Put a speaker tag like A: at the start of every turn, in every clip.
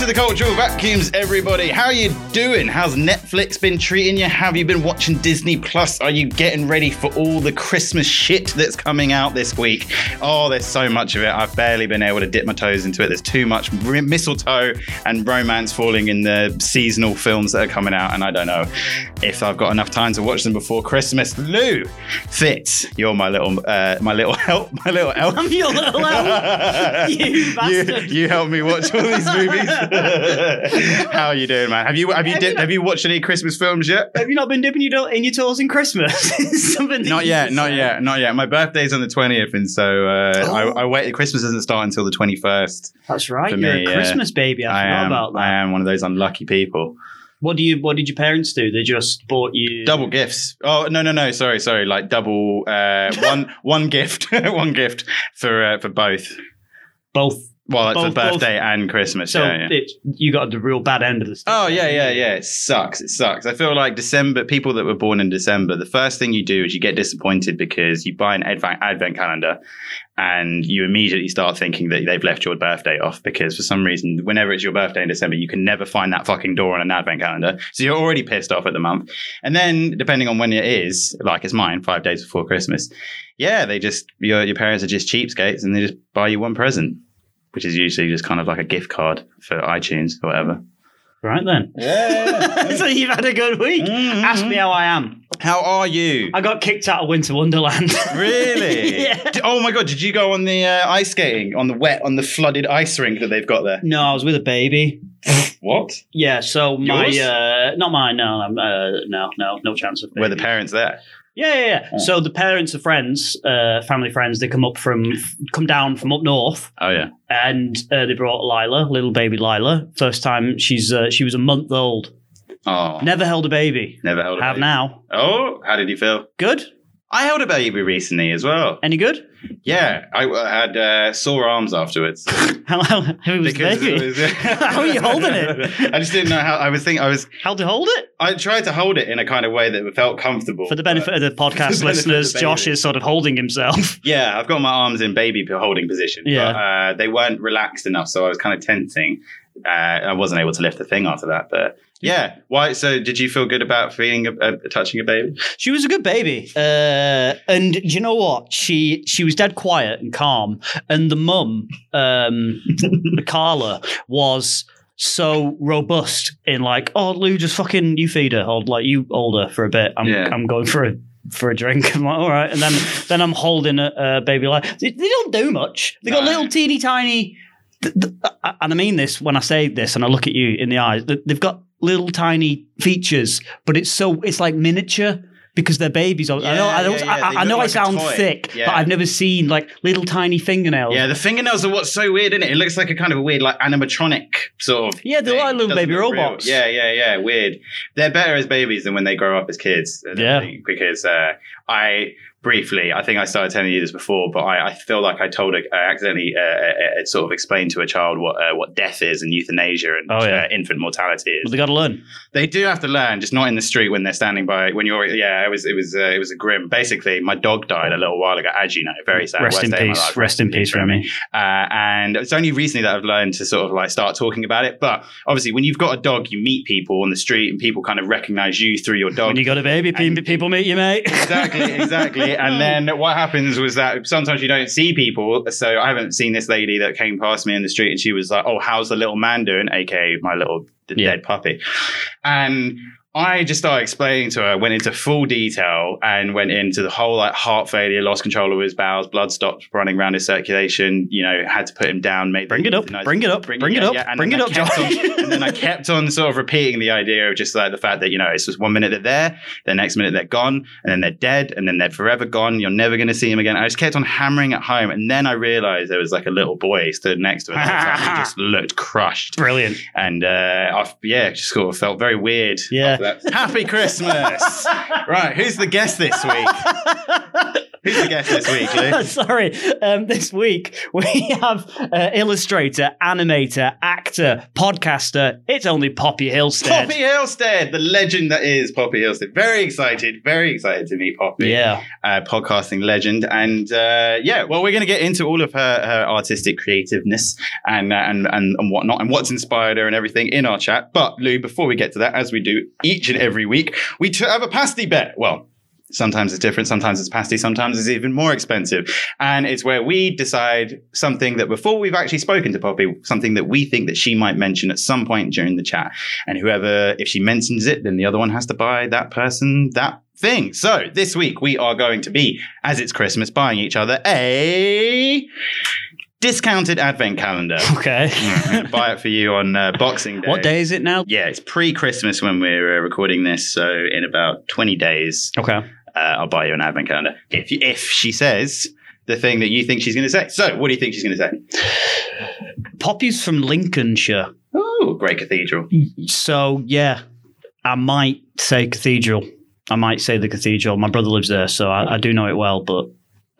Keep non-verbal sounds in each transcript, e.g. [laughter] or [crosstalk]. A: to the Cultural Vacuums, everybody. How you doing? How's Netflix been treating you? Have you been watching Disney Plus? Are you getting ready for all the Christmas shit that's coming out this week? Oh, there's so much of it. I've barely been able to dip my toes into it. There's too much r- mistletoe and romance falling in the seasonal films that are coming out, and I don't know if I've got enough time to watch them before Christmas. Lou, Fitz, you're my little, uh, my little [laughs] help, my little help.
B: I'm your little elf. you bastard.
A: [laughs] You, you helped me watch all these
B: [laughs]
A: movies. How are you doing, man? Have you have you did, have you watched any Christmas films yet?
B: Have you not been dipping your do- in your toes in Christmas? [laughs] It's Something that
A: Not
B: you
A: yet,
B: just
A: not
B: said.
A: yet, not yet. My birthday's on the twentieth, and so uh,
B: uh, Oh.
A: I, I wait. Christmas doesn't start until the twenty first.
B: That's right.
A: For
B: You're
A: me,
B: a
A: yeah.
B: Christmas baby. I,
A: I
B: forgot
A: am,
B: about that.
A: I am one of those unlucky people.
B: What do you? What did your parents do? They just bought you
A: Double gifts. Oh no, no, no. Sorry, sorry. Like double uh, one [laughs] one gift, one gift for uh, for both.
B: both.
A: Well, it's
B: Both-
A: for
B: both.
A: birthday and Christmas.
B: So
A: yeah, yeah.
B: It, you got the real bad end of the stick.
A: Oh yeah, yeah, yeah. It sucks. It sucks. I feel like December people that were born in December. The first thing you do is you get disappointed because you buy an advent advent calendar, and you immediately start thinking that they've left your birthday off because for some reason, whenever it's your birthday in December, you can never find that fucking door on an advent calendar. So you're already pissed off at the month. And then depending on when it is, like it's mine, five days before Christmas. Yeah, they just your your parents are just cheapskates and they just buy you one present. Which is usually just kind of like a gift card for iTunes or whatever.
B: Right then. [laughs] Mm-hmm. so you've had a good week. Ask me how I am.
A: Mm-hmm. How are you?
B: I got kicked out of Winter Wonderland. [laughs]
A: Really? [laughs]
B: yeah.
A: D- Oh my god! Did you go on the uh, ice skating on the wet on the flooded ice rink that they've got there?
B: No, I was with a baby.
A: What?
B: Yeah, so my
A: Yours?
B: uh not mine, no, um, uh, no, no, no chance of
A: Were the
B: baby.
A: parents there?
B: Yeah, yeah, yeah.
A: Oh.
B: So the parents are friends, uh, family friends. They come up from, come down from up north,
A: Oh yeah.
B: and uh, they brought Lila, little baby Lila. First time she's uh, she was a month old.
A: Oh,
B: Never held a baby.
A: never held a
B: Have
A: baby.
B: now.
A: Oh, how did you feel?
B: Good.
A: I held a baby recently as well.
B: Any good? [laughs]
A: Yeah, I uh, had uh, sore arms [laughs] afterwards.
B: How how who was the
A: it
B: baby?
A: was- uh, [laughs]
B: How are you holding it?
A: I just didn't know how. I was thinking. I was.
B: How to hold it?
A: I tried to hold it in a kind of way that felt comfortable
B: For the
A: but-
B: benefit
A: [laughs]
B: of the podcast
A: the benefit of the
B: listeners,
A: baby.
B: Josh is sort of holding himself.
A: Yeah, I've got my arms in baby holding position.
B: Yeah.
A: But, uh, they weren't relaxed enough, so I was kind of tensing. Uh, I wasn't able to lift the thing after that, but yeah. Why? So did you feel good about feeling a, a, touching a baby?
B: She was a good baby, uh, and do you know what? She she was dead quiet and calm, and the mum, um, [laughs] Carla, was so robust in like, oh Lou, just fucking you feed her, or like you hold her for a bit. I'm
A: Yeah.
B: I'm going for a for a drink. [laughs] I'm like, all right, and then then I'm holding a, a baby like they, they don't do much. They got
A: No.
B: little teeny tiny, th- th- and I mean this when I say this, and I look at you in the eyes. th- They've got little tiny features, but it's so it's like miniature because they're babies. I know, I,
A: Yeah,
B: don't,
A: yeah, yeah.
B: I,
A: They
B: I
A: look
B: know I
A: like a
B: sound
A: toy.
B: thick,
A: Yeah.
B: but I've never seen like little tiny fingernails.
A: Yeah, the fingernails are what's so weird, isn't it? It looks like a kind of a weird, like animatronic sort of.
B: Yeah, they're
A: thing.
B: like little
A: Doesn't
B: baby
A: look real.
B: robots.
A: Yeah, yeah, yeah. Weird. They're better as babies than when they grow up as kids. I
B: Yeah.
A: think, because uh, I briefly, I think I started telling you this before, but I, I feel like I told, a, I accidentally uh, uh, uh, sort of explained to a child what uh, what death is and euthanasia and
B: Oh, yeah.
A: uh, infant mortality is.
B: But they got to learn.
A: They do have to learn, just not in the street when they're standing by. When you're, yeah, it was, it was, uh, it was a grim. Basically, my dog died a little while ago, as you know, very sad.
B: Rest
A: worst
B: in
A: day of my
B: peace.
A: life.
B: Rest in peace, Remy.
A: Uh, and it's only recently that I've learned to sort of like start talking about it. But obviously, when you've got a dog, you meet people on the street and people kind of recognize you through your
B: When
A: dog.
B: you got a baby, pe- people meet you, mate.
A: exactly,
B: [laughs]
A: exactly. And then what happens was that sometimes you don't see people. So I haven't seen this lady that came past me in the street and she was like, Oh, how's the little man doing? AKA my little d-
B: Yeah.
A: dead puppy. And I just started explaining to her, went into full detail and went into the whole like heart failure, lost control of his bowels, blood stopped running around his circulation, you know, had to put him down, make
B: Bring it up.
A: nice-
B: Bring it up. Bring, it
A: yeah,
B: up.
A: yeah. And
B: bring
A: then
B: it
A: I
B: up, Josh. [laughs]
A: kept on- [laughs] and then I kept on sort of repeating the idea of just like the fact that, you know, it's just one minute they're there, the next minute they're gone, and then they're dead, and then they're forever gone. You're never going to see them again. I just kept on hammering at home. And then I realized there was like a little boy stood next to us.
B: [laughs]
A: and just looked crushed.
B: Brilliant.
A: And uh, I, yeah, just sort of felt very weird.
B: Yeah.
A: [laughs] after that. Happy Christmas. right. Who's the guest this week? Who's the guest this week, Lou?
B: [laughs] Sorry. Um, this week we [laughs] have uh, illustrator, animator, actor, podcaster. It's only Poppy Hillstead.
A: Poppy Hillstead, the legend that is Poppy Hillstead. Very excited, very excited to meet Poppy,
B: Yeah.
A: uh, podcasting legend. And uh, yeah, well, we're going to get into all of her, her artistic creativeness and, uh, and and and whatnot, and what's inspired her and everything in our chat. But Lou, before we get to that, as we do each and every week, we t- have a pasty bet. Well. Sometimes it's different, sometimes it's pasty, sometimes it's even more expensive. And it's where we decide something that before we've actually spoken to Poppy, something that we think that she might mention at some point during the chat. And whoever, if she mentions it, then the other one has to buy that person that thing. So this week we are going to be, as it's Christmas, buying each other a discounted advent
B: [laughs]
A: calendar.
B: Okay. Mm-hmm.
A: Mm, buy it for you on uh, Boxing Day.
B: [laughs] What day is it now?
A: Yeah, it's pre-Christmas when we're uh, recording this, so in about 20 days
B: Okay.
A: uh, I'll buy you an advent calendar. If if she says the thing that you think she's going to say. So, what do you think she's going to say?
B: Poppy's from Lincolnshire.
A: Oh, great cathedral.
B: So yeah, I might say cathedral. I might say the cathedral. My brother lives there, so I, I do know it well. But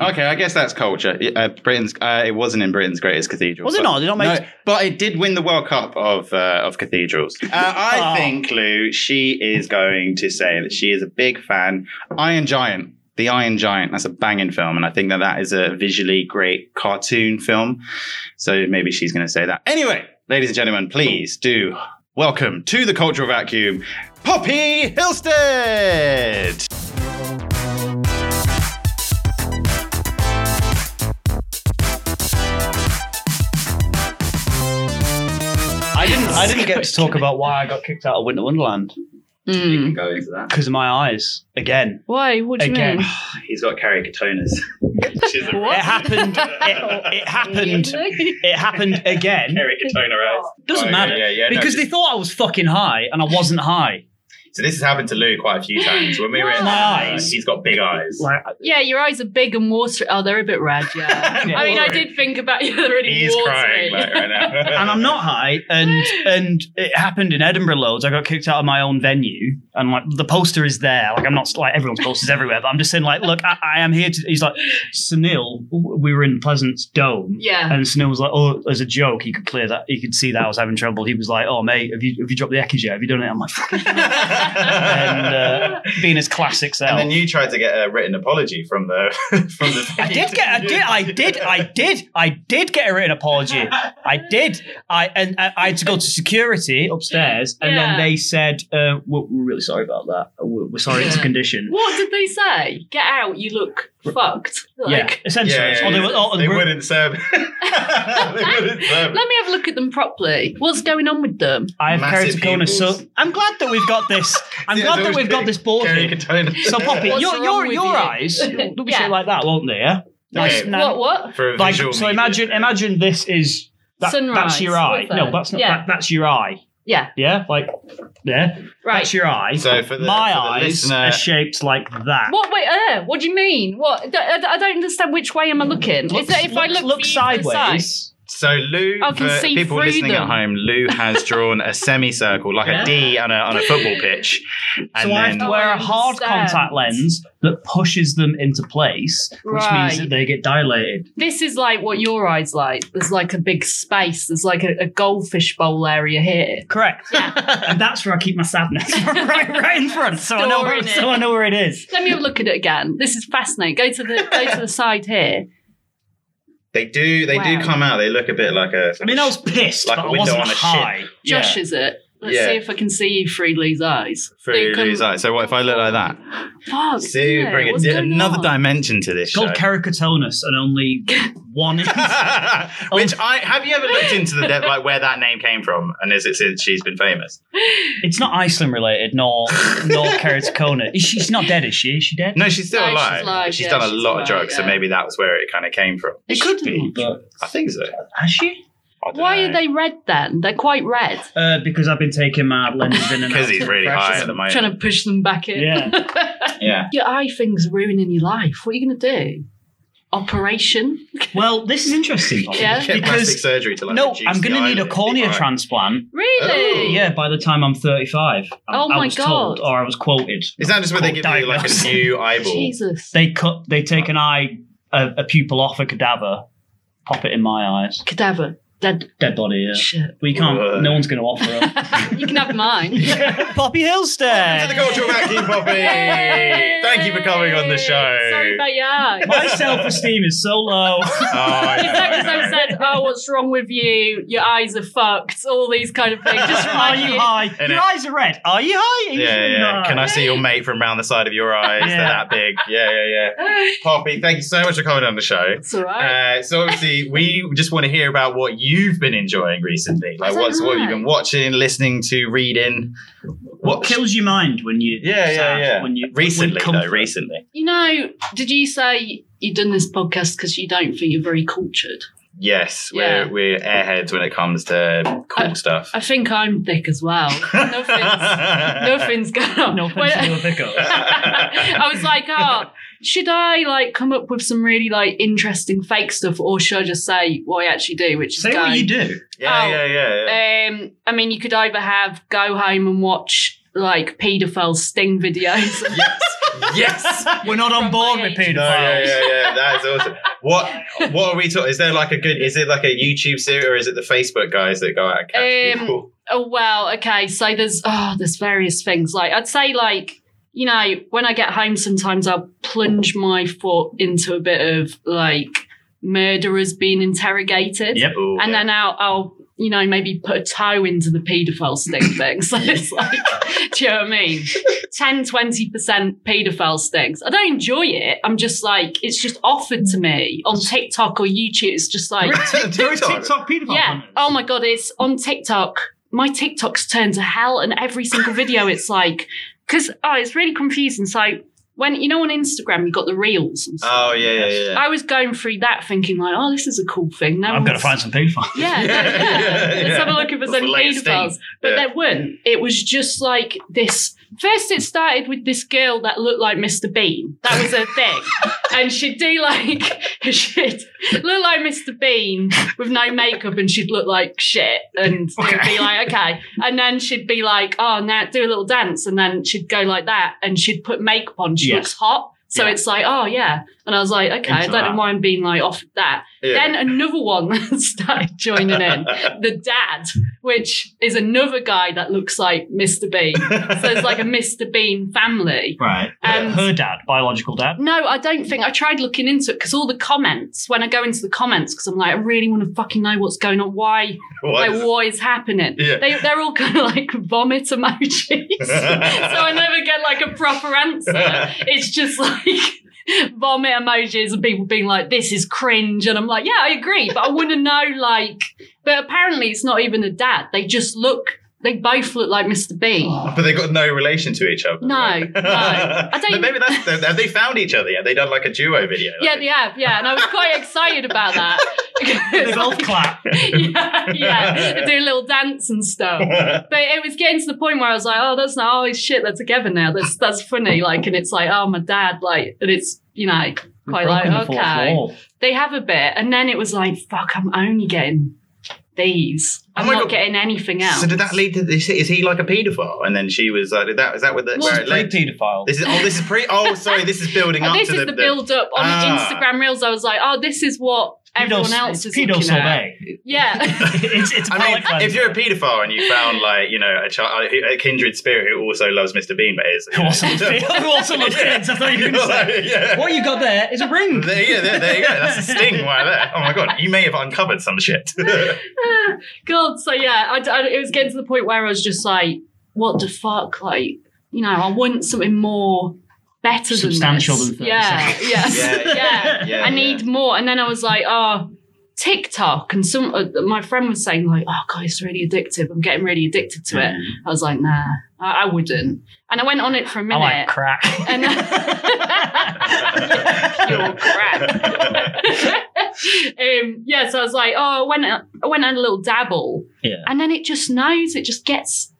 A: Okay, I guess that's culture. Uh, Britain's uh, it wasn't in Britain's greatest cathedral.
B: was it
A: but-
B: not? They don't make.
A: No, but it did win the World Cup of uh, of cathedrals. Uh, I
B: Oh.
A: think Lou, she is going to say that she is a big fan. Iron Giant, the Iron Giant. That's a banging film, and I think that that is a visually great cartoon film. So maybe she's going to say that. Anyway, ladies and gentlemen, please do welcome to the cultural vacuum, Poppy Hilstead.
B: I didn't. I didn't get to talk about why I got kicked out of Winter Wonderland
A: You
C: Mm.
A: can go into that.
B: because of my eyes again.
C: Why? What do you
B: Again.
C: mean?
A: He's got keratoconus.
B: [laughs]
A: She's a-
C: What?
B: It [laughs] happened. It, it happened.
A: [laughs]
B: It happened again
A: Keratoconus.
B: Doesn't matter,
A: Oh, yeah, yeah, no,
B: because they thought I was fucking high and I wasn't high.
A: So this has happened to Lou quite a few times. When we were in uh,
C: My
B: eyes.
A: he's got big eyes.
B: Like
C: [laughs] yeah, your eyes are big and watery. Oh, they're a bit red.
B: [laughs]
C: Yeah. I mean, I did think about you. They're really
A: He's
C: watery.
A: crying like, right now.
B: [laughs] and
A: [laughs]
B: I'm not high. And and it happened in Edinburgh loads. I got kicked out of my own venue, and like the poster is there. Like I'm not like everyone's posters everywhere, but I'm just saying like, look, I, I am here to. He's like, Sunil, we were in Pleasant's Dome.
C: [laughs] yeah.
B: And Sunil was like, "Oh, as a joke, he could clear that. He could see that I was having trouble. He was like, "Oh, mate, have you have you dropped the Eckers yet? Have you done it?" I'm like,
A: [laughs]
B: and uh, being his classic self.
A: And then you tried to get a written apology from the [laughs] from the.
B: I did get, I did, I
A: [laughs]
B: did, I did, I did get a written apology. I did. I and I, I had to go to security upstairs, and
C: Yeah.
B: then they said, uh, we're, "We're really sorry about that. We're, we're sorry it's a
C: Yeah.
B: condition."
C: What did they say? Get out. You look fucked.
B: yeah,
C: Like,
B: essentially. Or they were- or
A: they
B: they were-
A: wouldn't serve. [laughs] they wouldn't serve.
C: Let me have a look at them properly. What's going on with them?
B: I have
A: Massive
B: keratoconus, so
A: pupils.
B: I'm glad that we've got this. I'm
A: Yeah,
B: glad
A: those
B: that we've got
A: big
B: this board. here.
A: Keratoconus.
B: So Poppy,
C: What's
B: your
C: wrong
B: your
C: with
B: your
C: you?
B: eyes, they'll be shaped
C: Yeah.
B: like that, won't they? Yeah. Nice.
A: Okay.
B: now-
C: What? What?
A: for a
B: like
A: visual
B: so.
A: medium.
B: Imagine imagine this is that,
C: Sunrise,
B: That's your eye.
C: what's that?
B: No, that's not.
C: Yeah.
B: That, that's your eye.
C: Yeah.
B: Yeah, like yeah.
C: Right.
B: That's your eye.
A: So for the
B: my
A: for the
B: eyes
A: listener,
B: are shaped like that.
C: What? Wait. Uh, what do you mean? What? D- I I don't understand. Which way am I looking?
B: Look-
C: Is that if I look,
B: look
C: for you from the side?
B: sideways?
A: So Lou,
C: I can
A: for
C: see
A: people
C: through
A: listening at
C: them.
A: home, Lou has drawn a semicircle, like a
B: Yeah.
A: D on a, on a football pitch. And
B: so I have
A: then
B: to wear a
C: Oh, I
B: hard
C: understand.
B: contact lens that pushes them into place, which means that
C: Right.
B: they get dilated.
C: This is like what your eyes like. There's like a big space. There's like a, a goldfish bowl area here.
A: [laughs]
B: Correct. and that's where I keep my sadness. [laughs] right, right in front. So I know where,
C: Storing it.
B: so I know where it is.
C: Let me have a look at it again. This is fascinating. Go to the go to the side here.
A: They do, they do
C: Wow.
A: come out. They look a bit like a.
B: I mean, I was pissed,
A: Like a
B: but I
A: window
B: wasn't
A: on a ship.
B: high. Yeah.
C: Josh is it? Let's
A: Yeah.
C: see if I can see you through Lee's eyes.
A: through
C: They can-
A: Lou's eyes. So what if I look like that?
C: Fuck.
A: See,
C: yeah,
A: bring
C: what's
A: it,
C: going
A: another
C: on? [laughs]
A: dimension to this
B: It's called
A: show.
B: keratoconus, and only one.
A: [laughs]
B: is-
A: Which I have you ever looked into the depth, like where that name came from, and is it since she's been famous?
B: it's not Iceland related, nor
A: [laughs]
B: nor keratoconus. Is she- She's not dead, is she? Is she dead?
A: No, she's still
C: No, she's
A: alive.
C: alive, yeah,
A: done a
C: she's
A: lot of
C: alive,
A: drugs, so
C: yeah.
A: maybe that was where it kind of came from.
C: It could be.
B: But
A: I think so.
B: has she?
A: I don't
C: Why
A: know.
C: are they red then? They're quite red.
B: Uh, because I've been taking
A: [laughs]
B: my lenses in and out.
A: Because he's really high at the moment.
C: Trying to push them back in. [laughs]
B: Yeah.
A: yeah.
C: Your eye thing's ruining your life. What are you gonna do? operation.
B: Well, this is interesting. Tommy,
C: Yeah.
A: Get plastic
B: Because
A: surgery to like
B: no,
A: reduce
B: I'm going
A: the
B: to
A: eye
B: need a
A: look.
B: cornea
A: Right.
B: transplant.
A: Oh,
C: Really?
B: Yeah, by the time I'm 35. I-
C: Oh
B: I
C: my
B: was told,
C: God.
B: or I was quoted.
A: Is that just where they give you like
B: Diagnosed.
A: a new eyeball?
C: Jesus.
B: They cut. They take an eye, a, a pupil off a cadaver, pop it in my eyes.
C: Cadaver. Dead
B: Dead body. Yeah.
C: shit.
B: We can't. No one's going to offer it.
C: [laughs] you can have mine.
D: Poppy
A: Welcome to the
D: Hillstead.
A: cultural vacuum, Poppy. [laughs] Thank you for coming on the show.
C: Sorry about your eyes.
B: my self-esteem is so low.
A: Oh, I know,
C: If that
A: I
C: was I
A: know.
C: said, oh, what's wrong with you? Your eyes are fucked. All these kind of things. [laughs] Just
B: Are
C: remind
B: you [laughs]
C: you.
B: high?
A: it?
B: Your eyes are red. Are you high? Are you
A: Yeah,
B: sure you're
A: yeah.
B: not
A: Can I
B: high?
A: see your mate from round the side of your eyes? They're
B: Yeah.
A: that big. Yeah, yeah, yeah. Poppy, thank you so much for coming on the show.
C: It's all right.
A: Uh, so obviously, we just want to hear about what you've been enjoying recently. Like,
C: That's
A: what's what
C: right.
A: you've been watching, listening to, reading.
B: What kills your mind when you?
A: Yeah, yeah,
B: sad,
A: yeah.
B: When you when
A: recently though?
B: comfort-
A: Recently.
C: you know, did you say you've done this podcast because you don't think you're very cultured?
A: Yes,
C: Yeah.
A: we're we're airheads when it comes to cool
C: Uh,
A: stuff.
C: I think I'm thick as well.
B: [laughs]
A: [laughs]
C: Nothing's, nothing's going on.
B: Oh, No
C: When-
B: offense
C: [laughs]
B: to your pickup.
C: I was like, oh, should I like come up with some really like interesting fake stuff, or should I just say what I actually do, which is
B: Say
C: go?
B: what you
C: [laughs]
B: do.
A: yeah,
C: Oh.
A: yeah, yeah, yeah.
C: Um, I mean, you could either have go home and watch like paedophile sting videos.
A: yes,
C: Uh,
A: yes.
B: We're not
C: From
B: on board
C: my
B: with
C: age.
A: No, yeah,
B: pedophiles.
A: yeah, yeah. That is awesome. What what are we talking? Is there like a good? Is it like a YouTube series, or is it the Facebook guys that go out and catch
C: Um,
A: people?
C: oh well, okay. So there's oh, there's various things. Like I'd say like. You know, when I get home, sometimes I'll plunge my foot into a bit of like murderers being interrogated.
B: Yep.
A: Ooh,
C: and
A: yeah.
C: then I'll, I'll you know maybe put a toe into the paedophile sting thing [laughs] so
A: [laughs]
C: it's like do you know what I mean 10 20% paedophile stings I don't enjoy it I'm just like it's just offered to me on TikTok or YouTube it's just like
B: There are
A: TikTok.
B: TikTok pedophile.
C: yeah
B: comments.
C: oh my god it's on TikTok my TikTok's turned to hell and every single video it's like because oh it's really confusing so when you know on Instagram you've got the reels and stuff.
A: Oh yeah, yeah, yeah.
C: I was going through that thinking like oh this is a cool thing no
B: I've got to
C: one's-
B: find some pedophiles.
C: [laughs] yeah,
A: Yeah,
C: yeah,
A: [laughs] yeah,
C: Let's
A: yeah.
C: have a look if
A: That's
C: there's
A: the
C: any
A: latest
C: pedophiles.
A: thing.
C: But
A: Yeah.
C: there weren't. It was just like this. First, it started with this girl that looked like Mr. Bean. That was her thing.
B: [laughs]
C: and she'd do like, [laughs] she'd look like Mr. Bean with no makeup and she'd look like shit. And it'd
B: Okay.
C: be like, okay. And then she'd be like, oh, now do a little dance. And then she'd go like that and she'd put makeup on. She
B: Yeah.
C: looks hot. So
B: Yeah.
C: it's like, oh, yeah. And I was like, okay, I
B: Into
C: don't know
B: that.
C: why I'm being like off that.
A: yeah.
C: Then another one [laughs] started joining in, the dad, which is another guy that looks like Mr. Bean.
A: [laughs]
C: So it's like a Mr. Bean family.
B: Right.
C: And-
B: Her dad, biological dad.
C: No, I don't think I tried looking into it because all the comments, when I go into the comments, because I'm like, I really want to fucking know what's going on, why,
A: What
C: like,
A: is-
C: what is happening?
A: Yeah.
C: They, they're all kind of like vomit emojis. so I never get like a proper answer. It's just like vomit emojis and people being like, this is cringe. And I'm like, yeah, I agree. But I want to know, like, but apparently it's not even a dad. They just look, they both look like Mr. Bean.
A: But they got no relation to each other.
C: No,
A: [laughs] right?
C: no. I don't-
A: But maybe that's have they found each other yet? They done like a duo video.
C: Yeah,
A: Like,
C: they have. Yeah. And I was quite excited about that.
B: They
C: [laughs]
B: both clap.
C: yeah, yeah. They do a little dance and stuff.
A: [laughs]
C: But it was getting to the point where I was like, oh, that's not oh shit, they're together now. That's that's funny. Like, and it's like, oh my dad, like, and it's you know, quite like,
B: Broken the fourth
C: okay.
B: wall.
C: They have a bit. And then it was like, fuck, I'm only getting these. I'm
A: Oh my
C: not
A: God.
C: getting anything else.
A: So did that lead to this? Is he like a paedophile? And then she was like, did that is that with the
C: Well,
A: where it led?
B: Big pedophile.
A: This is oh, this is pre. Oh, sorry, this is building
C: [laughs] And
A: up
C: this
A: to
C: is
A: the,
C: the, build up on
A: Ah.
C: Instagram Reels. I was like, oh, this is what everyone
B: Pedos-
C: else
B: it's
C: is
B: pedo
C: looking at.
B: sorbet.
C: Yeah.
B: [laughs] it's it's
A: I
B: palate
A: mean,
B: cleanser.
A: if you're a paedophile and you found like you know a, child, a kindred spirit who also loves Mr. Bean, but is
B: who also [laughs]
A: [laughs]
B: loves kids. Who also loves kids. I thought you were going to say.
A: yeah.
B: What you got there is a ring.
A: There, yeah, there, there you go.
B: [laughs]
A: That's a sting right there. Oh my god, you may have uncovered some shit. [laughs]
C: Ah, [laughs] God, so yeah, I, I- it was getting to the point where I was just like, what the fuck? Like, you know, I want something more better
B: Substantial
C: than
B: than
C: this.
B: 30
C: [laughs] yeah,
B: seconds.
C: yes,
A: Yeah,
C: [laughs] yeah,
A: yeah,
C: I need more. And then I was like, oh, TikTok. And some, uh, my friend was saying like, oh God, it's really addictive. I'm getting really addicted to
A: Mm.
C: it. I was like, nah, I, I wouldn't. And I went on it for a
B: I
C: minute.
B: like crack.
C: And-
B: [laughs]
A: [laughs]
C: [laughs] Pure crap. [laughs] um, yeah, so I was like, oh, I went, I went and had a little dabble,
B: Yeah.
C: and then it just knows, it just gets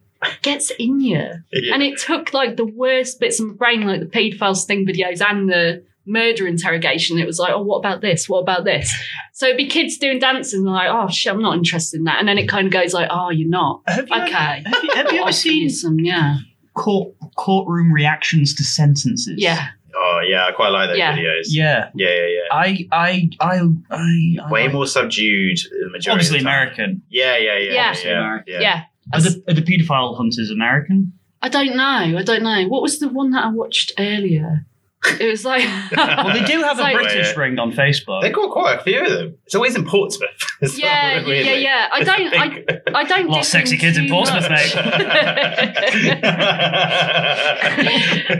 C: gets in you.
A: Yeah.
C: And it took like the worst bits of my brain, like the paedophile sting videos and the murder interrogation. It was like, oh, what about this? What about this? So it'd be kids doing dances and they're like, oh shit, I'm not interested in that. And then it kind of goes like, oh, you're not.
B: Have you,
C: Okay.
B: ever, have you, have you
C: I'll [laughs]
B: ever
C: give you
B: seen
C: some? Yeah.
B: court, courtroom reactions to sentences?
C: Yeah.
A: Oh yeah, I quite like those
C: Yeah.
A: videos.
B: Yeah.
A: yeah, yeah. yeah.
B: I, I, I, I, I
A: Way
B: like-
A: more subdued. than The majority
B: Obviously
A: of the time.
B: American.
A: Yeah, yeah, yeah,
C: Yeah.
A: yeah,
C: Obviously
A: yeah.
B: American.
C: Yeah.
B: Are the, are the paedophile hunters American?
C: I don't know. I don't know. What was the one that I watched earlier? It was like. [laughs]
B: Well,
A: Uh,
B: they do have
C: It's like-
B: a British ring on Facebook.
A: They got quite a few of them. It's always in Portsmouth. [laughs] It's
C: yeah,
A: not really-
C: yeah, yeah. I don't. I, I don't.
B: A lot
C: dig
B: of sexy
C: them
B: kids in
C: too
B: Portsmouth,
C: much. [laughs] I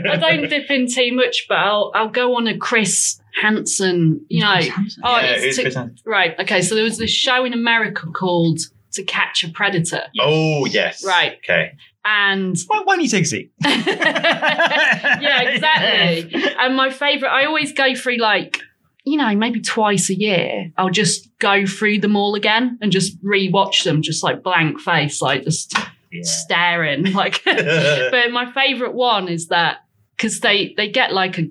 A: I
C: don't dip in too much, but I'll I'll go on a Chris Hansen. You [laughs] know. Oh,
A: yeah,
C: it's
A: who's
C: to-
A: present-
C: right. Okay. So there was this show in America called To Catch a Predator,
A: Oh yes.
C: Right.
A: Okay.
C: and [laughs]
E: Why, why don't you take a seat?
B: [laughs]
C: yeah, exactly. And my favorite, I always go through like, you know, maybe twice a year, I'll just go through them all again and just rewatch them, just like blank face, like just staring.
A: [laughs]
C: [laughs] Like, but my favorite one is that because they they get like a,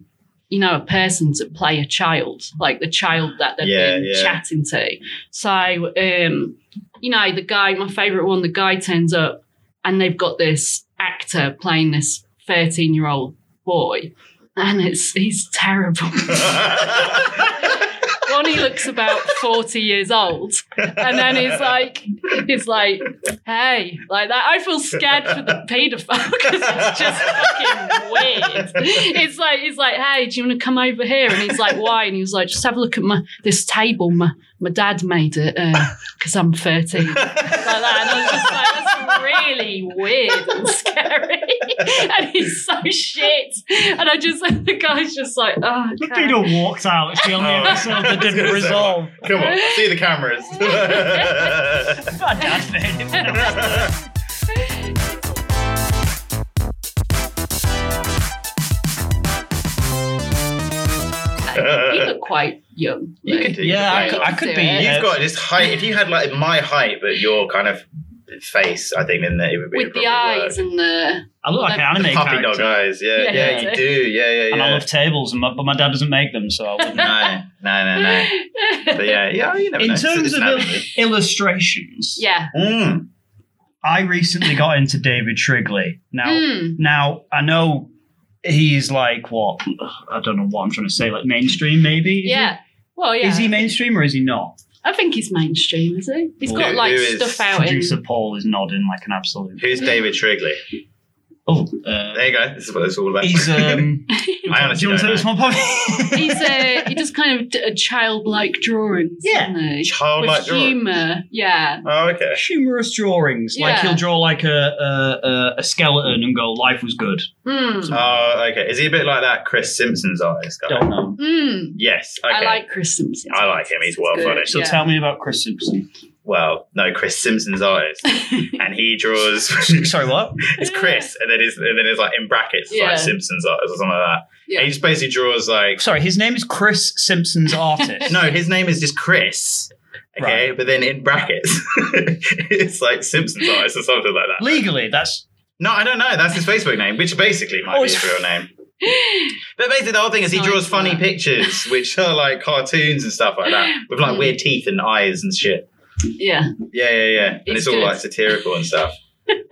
C: you know, a person to play a child, like the child that they've
A: Yeah,
C: been
A: yeah.
C: chatting to. So, um, you know, the guy, my favorite one, the guy turns up and they've got this actor playing this 13 year old boy. And it's he's
A: [laughs]
C: terrible. Bonnie looks about 40 years old. And then he's like, he's like, hey, like that. I feel scared for the [laughs] paedophile because it's just fucking weird. It's like, he's like, hey, do you want to come over here? And he's like, why? And he was like, just have a look at my this table. My my dad made it because I'm 13 like that. And I was just like, that's really weird and scary. [laughs] and he's so shit. And I just, [laughs] the guy's just like, oh,
B: The
C: okay.
B: pedo walked out. It's the only
A: Oh. [laughs]
B: episode that
A: I was gonna
B: didn't
A: say,
B: resolve.
A: Come on, see the
C: [laughs]
A: cameras. [laughs]
B: God damn it.
C: he looked quite young.
A: you
C: though.
A: could [laughs] do.
B: Yeah, I
A: you
B: could,
A: could
B: I could be.
A: do. You've got this height. If you had like my height, but your kind of face, I think then it would be
C: With the eyes and the
B: I look like an anime
A: puppy
B: character.
A: dog eyes. Yeah,
C: Yeah,
A: yeah,
C: yeah.
A: you do. Yeah, yeah, yeah.
B: And I love tables, and my, but my dad doesn't make them, so
A: [laughs]
B: I wouldn't.
A: no, no, no, no.
C: [laughs]
A: But yeah, yeah, you never know.
B: In
A: It's-
B: terms
A: it's
B: of Hmm.
A: an
B: il-
A: avenue.
B: illustrations,
C: yeah.
A: Mm.
B: I recently got into David Shrigley. Now,
C: Mm.
B: now I know he's like what I don't know what I'm trying to say, like mainstream maybe. is he?
C: Yeah. Well, yeah.
B: Is he mainstream or is he not?
C: I think he's mainstream, is he? He's
A: Who-
C: got like
A: who is
C: stuff out Oh, in.
B: Producer Paul is nodding like an absolute.
A: Who's David Shrigley?
B: Oh, uh,
A: There you go. This is what it's all about. [laughs]
B: he's um.
A: I honestly
B: do you want to
A: don't
B: take this one, [laughs] Bobby?
C: He's a, he does kind of d- a childlike drawings.
B: Yeah.
C: doesn't he?
A: Childlike
C: With
A: drawing.
C: humour. Yeah.
A: Oh, okay.
B: humorous drawings. Like
C: Yeah.
B: he'll draw like a, a a- a skeleton and go, "Life was good."
C: Mm.
A: Oh, okay. Is he a bit like that Chris Simpson's eyes guy?
B: Don't know.
C: Mm.
A: Yes. Okay.
C: I like Chris Simpson.
A: I like him, he's well
C: Good,
A: funny.
B: So
C: yeah.
B: tell me about Chris
A: [laughs]
B: Simpson.
A: well, no, Chris Simpson's eyes,
C: [laughs]
A: and he draws. [laughs]
B: Sorry, what?
A: it's Chris, and then it's and then it's like in brackets it's
C: Yeah.
A: like Simpson's eyes or something like that.
C: Yeah.
A: And he just basically draws like
B: Sorry, his name is Chris Simpson's
A: [laughs]
B: artist.
A: no, his name is just Chris. Okay, but then in brackets, [laughs] it's like Simpson's eyes or something like that.
B: Legally, that's
A: No, I don't know. That's his Facebook name, which basically might
B: Oh,
A: be his
B: it's-
A: real name. But basically, the whole thing is he
C: Nice
A: draws funny
C: work.
A: pictures, which are like cartoons and stuff like that, with like
C: Mm.
A: weird teeth and eyes and shit.
C: [laughs] Yeah.
A: Yeah, yeah, yeah. And it's,
C: It's
A: all
C: good.
A: like satirical and
C: [laughs]
A: stuff.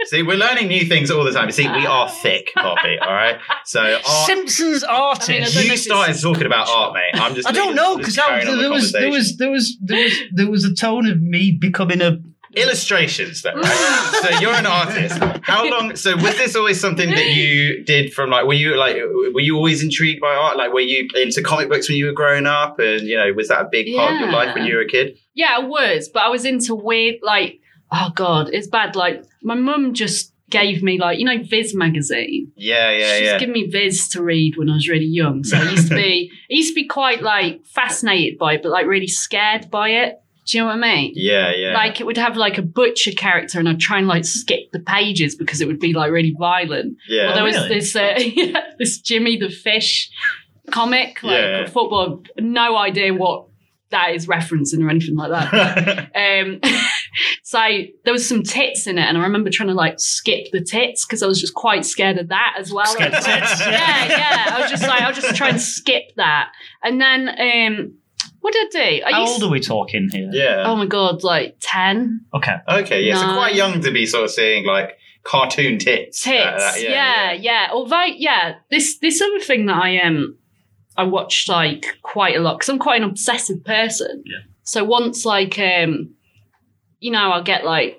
A: See, we're learning new things all the time. See, we are thick, Poppy. All right.
C: [laughs]
A: So art.
B: Simpson's artist.
C: I mean, I don't know
A: you
C: if
A: started
C: it's-
A: talking about art, mate. I'm just.
B: I don't
A: leading-
B: know
A: just
B: because
A: carrying on the
B: there was there
A: conversation.
B: was there was there was there was a tone of me becoming a
A: illustrations though right?
B: [laughs]
A: so you're an artist how long so was this always something that you did from like were you like were you always intrigued by art like were you into comic books when you were growing up and you know was that a big part of your
C: Yeah.
A: life when you were a kid
C: Yeah, I was, but I was into weird, like, oh God, it's bad. Like, my mum just gave me, like, you know, Viz magazine.
A: yeah yeah
C: She's
A: yeah
C: given me Viz to read when I was really young. So I used to be,
A: [laughs]
C: I used to be quite, like, fascinated by it, but, like, really scared by it. Do you know what I mean?
A: yeah yeah
C: Like it would have like a butcher character, and I'd try and like skip the pages because it would be like really violent. Well,
A: yeah
C: there was
B: Really?
C: this uh, [laughs] yeah, this Jimmy the Fish comic, like
A: Yeah. [laughs]
B: [laughs]
C: football. No idea what that is referencing or anything like that. Um, So there was some tits in it, and I remember trying to like skip the tits because I was just quite scared of that as well.
B: Scared of tits,
C: yeah, yeah. I was just like, I'll just try and skip that. And then um, what did I do? I
B: How
C: used-
B: old are we talking here?
A: Yeah.
C: Oh my god, like ten.
B: Okay.
A: Okay. Yeah. So quite
C: Nine.
A: young to be sort of seeing like cartoon tits.
C: tits.
A: like
B: Uh,
A: that,
C: yeah, yeah, Although, yeah, this this other thing that I am, um, I watched like quite a lot because I'm quite an obsessive person.
B: Yeah.
C: So once like um, you know, I'll get like.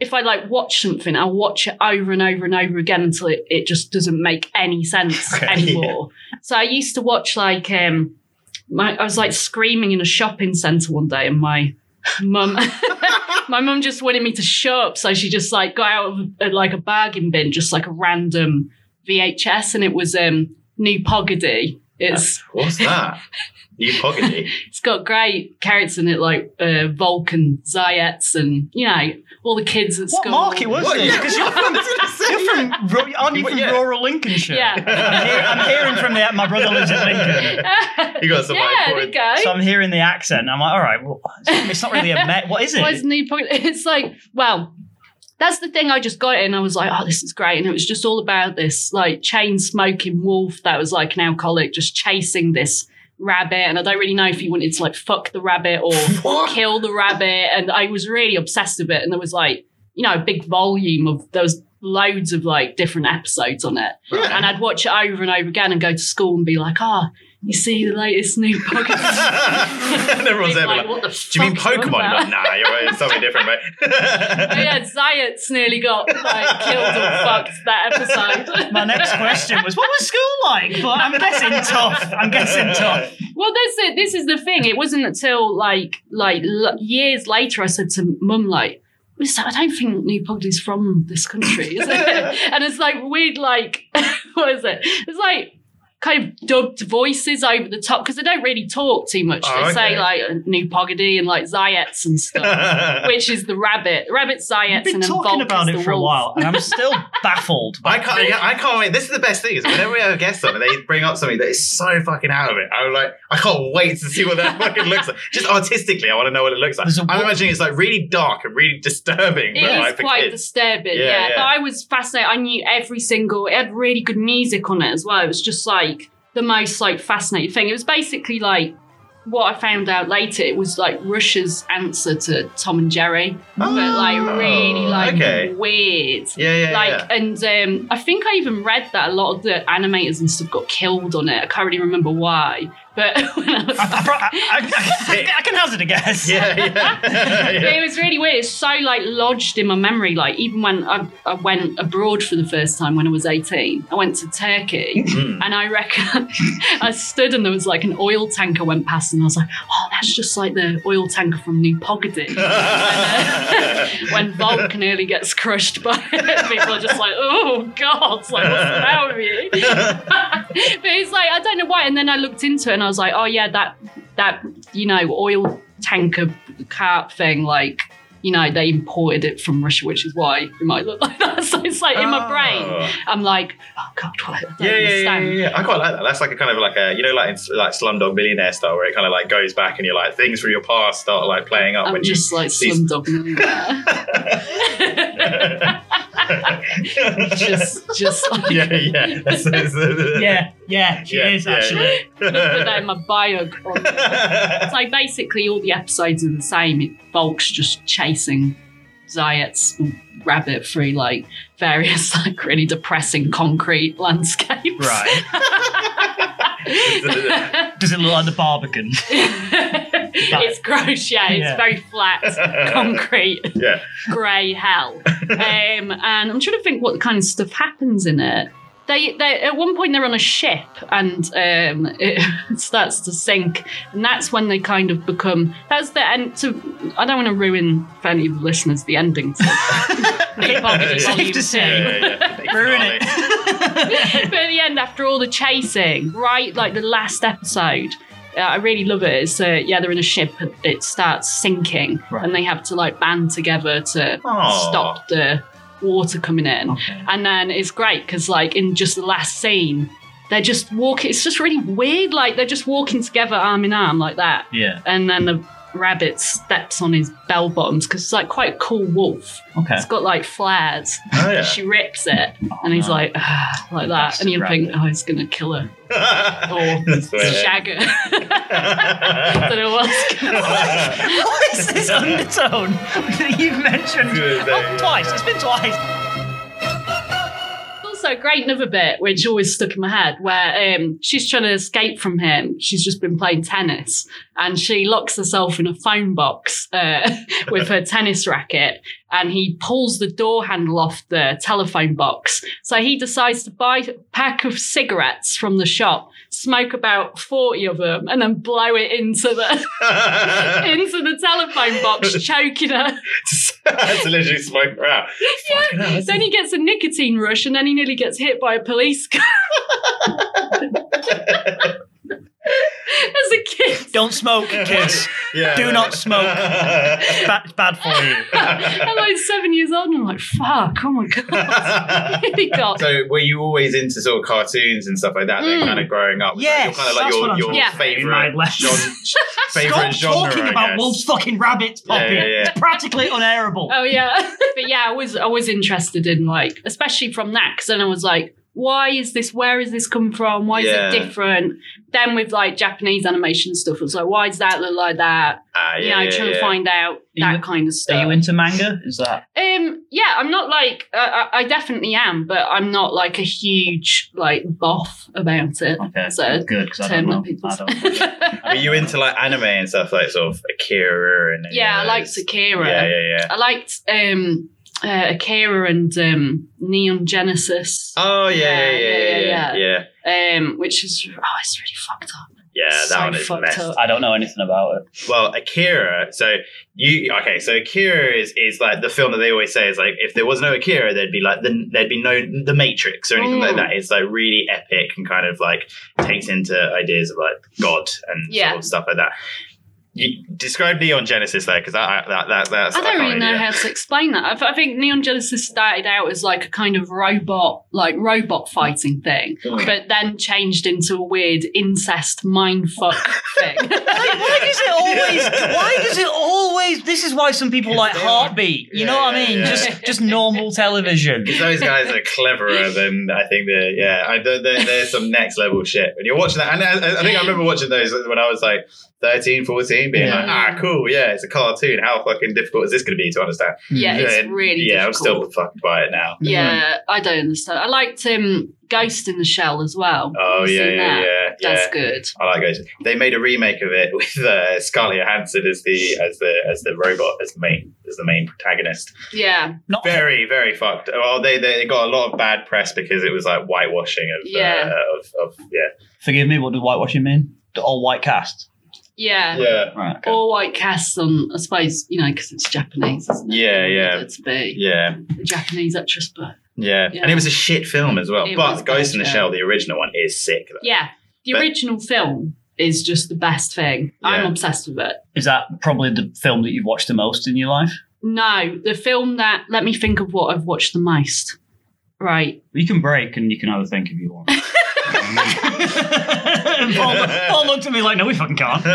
C: If I like watch something, I'll watch it over and over and over again until it, it just doesn't make any sense
A: Okay, [laughs] yeah.
C: anymore. So I used to watch like um my I was like screaming in a shopping centre one day and my [laughs] mum my mum just wanted me to show up so she just like got out of uh, like a bargain bin just like a random VHS and it was um New Pogody. It's
A: What's
B: [laughs]
A: that? New [laughs] Poggedy.
C: it's got great characters in it like uh, Vulcan, Zayets and you know all the kids at
B: What
C: school.
B: market was
A: What?
B: it?
A: Yeah,
B: Because
A: [laughs]
B: you're from, you're from, ru- aren't you from
A: Yeah.
B: rural Lincolnshire?
C: Yeah.
B: I'm, hear- I'm hearing from the my brother lives in
C: [laughs]
B: Lincoln,
A: You got some
C: yeah, there you
A: point.
C: go.
B: so I'm hearing the accent. and I'm like, all right, well, it's not really
C: [laughs]
B: a Met. What is it?
C: Why is new pocket? [laughs] It's like, well, that's the thing. I just got it and I was like, oh, this is great. And it was just all about this like chain smoking wolf that was like an alcoholic just chasing this rabbit. And I don't really know if he wanted to like fuck the rabbit or
A: What?
C: kill the rabbit. And I was really obsessed with it. And there was like, you know, a big volume of there was loads of like different episodes on it.
A: Right.
C: And I'd watch it over and over again and go to school and be like, oh, you see the
A: [laughs]
C: latest new pocket.
A: and [laughs] everyone's there like,
C: what the
A: do you mean
C: fuck is on
A: Pokemon?
C: about?"
A: Like, nah, you're right, it's something different, mate.
C: Oh, [laughs] yeah, Zayat's nearly got like killed or fucked that episode.
B: My next question was, what was school like? But I'm guessing tough. I'm guessing tough.
C: well, that's it. This is the thing. It wasn't until like like l- years later I said to Mum like. "Miss, I don't think New Pogdy's from this country, is
B: [laughs]
C: it? [laughs] and it's like weird, like [laughs] what is it? It's like kind of dubbed voices over the top because they don't really talk too much.
A: Oh,
C: they say
A: okay.
C: like New Pogody and like Zayets
B: [laughs]
C: and stuff, which is the rabbit. The rabbit's Zayets
B: I've been
C: and then
B: talking
C: Volk
B: about
C: is
B: it
C: the
B: for a
C: wolf.
B: while, and I'm [laughs] still baffled.
A: I can't. Yeah, I can't wait. This is the best thing is whenever we have a guest on and they bring up something that is so fucking out of it. I'm like, I can't wait to see what that [laughs] fucking looks like. Just artistically, I want to know what it looks like.
B: There's a
A: I'm
B: wa-
A: imagining it's like really dark and really disturbing.
C: It
A: but
C: is
A: like for
C: quite
A: kids.
C: disturbing,
A: Yeah,
C: yeah,
A: yeah.
C: But I was fascinated. I knew every single. It had really good music on it as well. It was just like the most like fascinating thing. It was basically like what I found out later. It was like Russia's answer to Tom and Jerry, but like
A: Oh,
C: really like
A: okay.
C: weird.
A: Yeah, yeah,
C: Like and um, I think I even read that a lot of the animators and stuff got killed on it. I can't really remember why, but [laughs] when I was
B: I,
A: [laughs]
B: I, I- I- I can hazard a guess.
A: yeah, [laughs] yeah, yeah.
C: But it was really weird. It's so like lodged in my memory. Like even when I, I went abroad for the first time when I was 18, I went to Turkey
A: [laughs] Mm.
C: and I reckon [laughs] I stood and there was like an oil tanker went past and I was like, oh, that's just like the oil tanker from New
A: [laughs]
C: Pogody. [laughs] when Volk nearly gets crushed by it, people are just like, oh God, like what's wrong with you? [laughs] but it's like I don't know why. And then I looked into it and I was like, oh yeah, that that you know oil tanker cart thing, like you know they imported it from Russia, which is why it might look [laughs] like that. So it's like in my brain,
A: Oh.
C: I'm like, oh God, what? I don't
A: Yeah, yeah, yeah,
C: understand.
A: yeah, yeah. I quite like that. That's like a kind of like a you know like in, like Slumdog Millionaire style where it kind of like goes back and you're like things from your past start like playing up
C: I'm
A: when
C: just like
A: see- [laughs]
C: slumdog millionaire.
A: you
C: [laughs] just, just [laughs] like
A: yeah yeah That's- that's- that's-
B: yeah, yeah, she
A: Yeah,
B: is
A: yeah,
B: actually.
C: put that in my bio.
A: yeah.
C: So basically, all the episodes are the same. It Bulk's just chasing Zayat's rabbit through like various [laughs] like really depressing concrete landscapes.
B: Right. [laughs] Does it look like the Barbican?
C: [laughs] it's gross, yeah. It's
B: Yeah.
C: very
B: [laughs]
C: flat, concrete,
A: [laughs] Yeah.
C: grey hell. Um, and I'm trying to think what kind of stuff happens in it. They, they at one point they're on a ship and um, it [laughs] starts to sink, and that's when they kind of become. That's the end. To I don't want to ruin for any of the listeners
B: [laughs]
C: the ending. To Nick Barker,
A: Safe
C: Volume
B: to say.
C: Two.
A: yeah, yeah.
B: Ruin it.
C: [laughs] but at the end, after all the chasing, right, like the last episode, uh, I really love it. It's uh, yeah, they're in a ship, it starts sinking,
B: Right.
C: and they have to like band together to
A: Aw.
C: stop the water coming in.
B: Okay.
C: And then it's great because like in just the last scene, they're just walking. It's just really weird. Like they're just walking together, arm in arm, like that.
B: Yeah.
C: And then the rabbit steps on his bell bottoms because it's like quite a cool wolf.
B: Okay.
C: It's got like flares.
A: Oh, yeah.
C: She rips it, and he's like, "Ah," like that, and you think, oh, he's gonna kill her
A: [laughs]
C: [laughs] or
A: That's the way it
C: shag [laughs] her. I don't know what's going on.
B: What is this undertone that [laughs] you've mentioned
A: [laughs] Good day. [laughs]
B: twice? It's been twice.
C: Also, great another bit which always stuck in my head where um, she's trying to escape from him. She's just been playing tennis and she locks herself in a phone box uh, [laughs] with her tennis racket and he pulls the door handle off the telephone box. So he decides to buy a pack of cigarettes from the shop, smoke about 40 of them, and then blow it into the into the telephone
A: [laughs]
C: box, choking her.
A: That's literally smoke her out.
C: then he gets a nicotine rush and then he nearly gets hit by a
A: [laughs]
C: police car. As a
A: [laughs]
C: kid.
B: Don't smoke, kids.
A: Yeah,
B: Do
A: no.
B: not smoke.
A: [laughs]
B: Bad, bad for you.
C: I'm like seven years old and I'm like, fuck, oh my God. [laughs] Nearly got.
A: [laughs] so were you always into sort of cartoons and stuff like that? Then
C: Mm.
A: kind of growing up, Was that
B: Yes,
A: your- kind of like
B: that's what
A: your,
B: I'm
A: your
C: talking about.
A: favorite
B: My left. [laughs]
A: genre. favorite
B: Stop
A: genre,
B: talking
A: I
B: about
A: guess.
B: wolves fucking rabbits, Poppy.
A: Yeah, yeah, yeah.
B: It's practically unairable.
C: Oh yeah, but yeah, I was I was interested in like, especially from that, because then I was like, why is this? Where is this come from? Why is
A: Yeah.
C: it different? Then with like Japanese animation and stuff, I was like, why does that look like that?
A: Ah,
C: you know, trying to find out
B: you-
C: that kind of stuff.
B: Are you into manga? Is that
C: Um, yeah, I'm not like uh, I, I definitely am, but I'm not like a huge like boff about it.
B: okay?
C: So,
B: good because I
C: term
B: don't know.
C: that people
B: I don't
C: [laughs]
B: know.
C: yeah,
A: Were you into like anime and stuff like sort of Akira and
C: I liked Akira.
A: Yeah, yeah, yeah.
C: I liked um, uh, Akira and um, Neon Genesis,
A: Oh yeah, yeah, yeah, yeah, yeah, yeah.
C: yeah,
A: Yeah,
C: um, which is oh, it's really fucked up.
A: that
C: So
A: one is
C: fucked
A: messed.
C: up.
B: I don't know anything about it.
A: Well, Akira. So you okay? So Akira is is like the film that they always say is like if there was no Akira, there'd be like the, there'd be no The Matrix or anything like
C: Mm.
A: that. It's like really epic and kind of like takes into ideas of like God and
C: Yeah.
A: sort of stuff like that. You, describe Neon Genesis there because that, that that that's
C: I don't
A: can't
C: really know how to explain that. I, th- I think Neon Genesis started out as like a kind of robot, like robot fighting thing,
A: Mm.
C: but then changed into a weird incest mindfuck
A: [laughs]
C: thing.
B: Why does [laughs] it always? Why does it always? This is why some people like
A: They are-
B: Heartbeat. You know what I
A: Yeah,
B: mean?
A: yeah,
C: yeah.
B: Just just normal television.
A: Because those guys are cleverer than I think they're yeah. I, they're, they're, they're some next level shit. When you're watching that, and I, I think I remember watching those when I was like 13, 14, being
B: Yeah.
A: like, ah, cool, yeah, it's a cartoon. How fucking difficult is this going to be to understand?
C: yeah, it's
A: Yeah,
C: really
A: yeah,
C: difficult.
A: I'm still Mm-hmm. fucked by it now.
C: Yeah, I don't understand. I liked um, Ghost in the Shell as well.
A: Oh
C: Have you
A: yeah,
C: seen
A: yeah,
C: that?
A: yeah, yeah.
C: That's good.
A: I like those. They made a remake of it [laughs] with uh, Scarlett Johansson as the as the as the robot as the main as the main protagonist.
C: Yeah,
B: Not
A: Very very fucked. Well, they they got a lot of bad press because it was like whitewashing of
C: Yeah.
A: uh, of, of yeah
B: Forgive me, what does whitewashing mean? All white cast.
C: yeah.
A: yeah.
B: Right. okay.
C: All white casts on, I suppose, you know, because it's Japanese, isn't it?
A: Yeah, yeah.
C: It's big.
A: Yeah,
C: The Japanese actress, but
A: yeah,
C: Yeah.
A: and it was a shit film as well.
C: It was
A: but Ghost in the
C: bad, yeah.
A: Shell, the original one, is sick. though.
C: yeah, the
A: But-
C: original film is just the best thing. I'm
A: Yeah.
C: obsessed with it.
B: Is that probably the film that you've watched the most in your life?
C: No, the film that let me think of what I've watched the most.
B: [laughs]
C: Right.
B: You can break and you can have a think if you want. [laughs] Paul, look- Paul looked at me like, no, we fucking [laughs] can't.
C: Joe,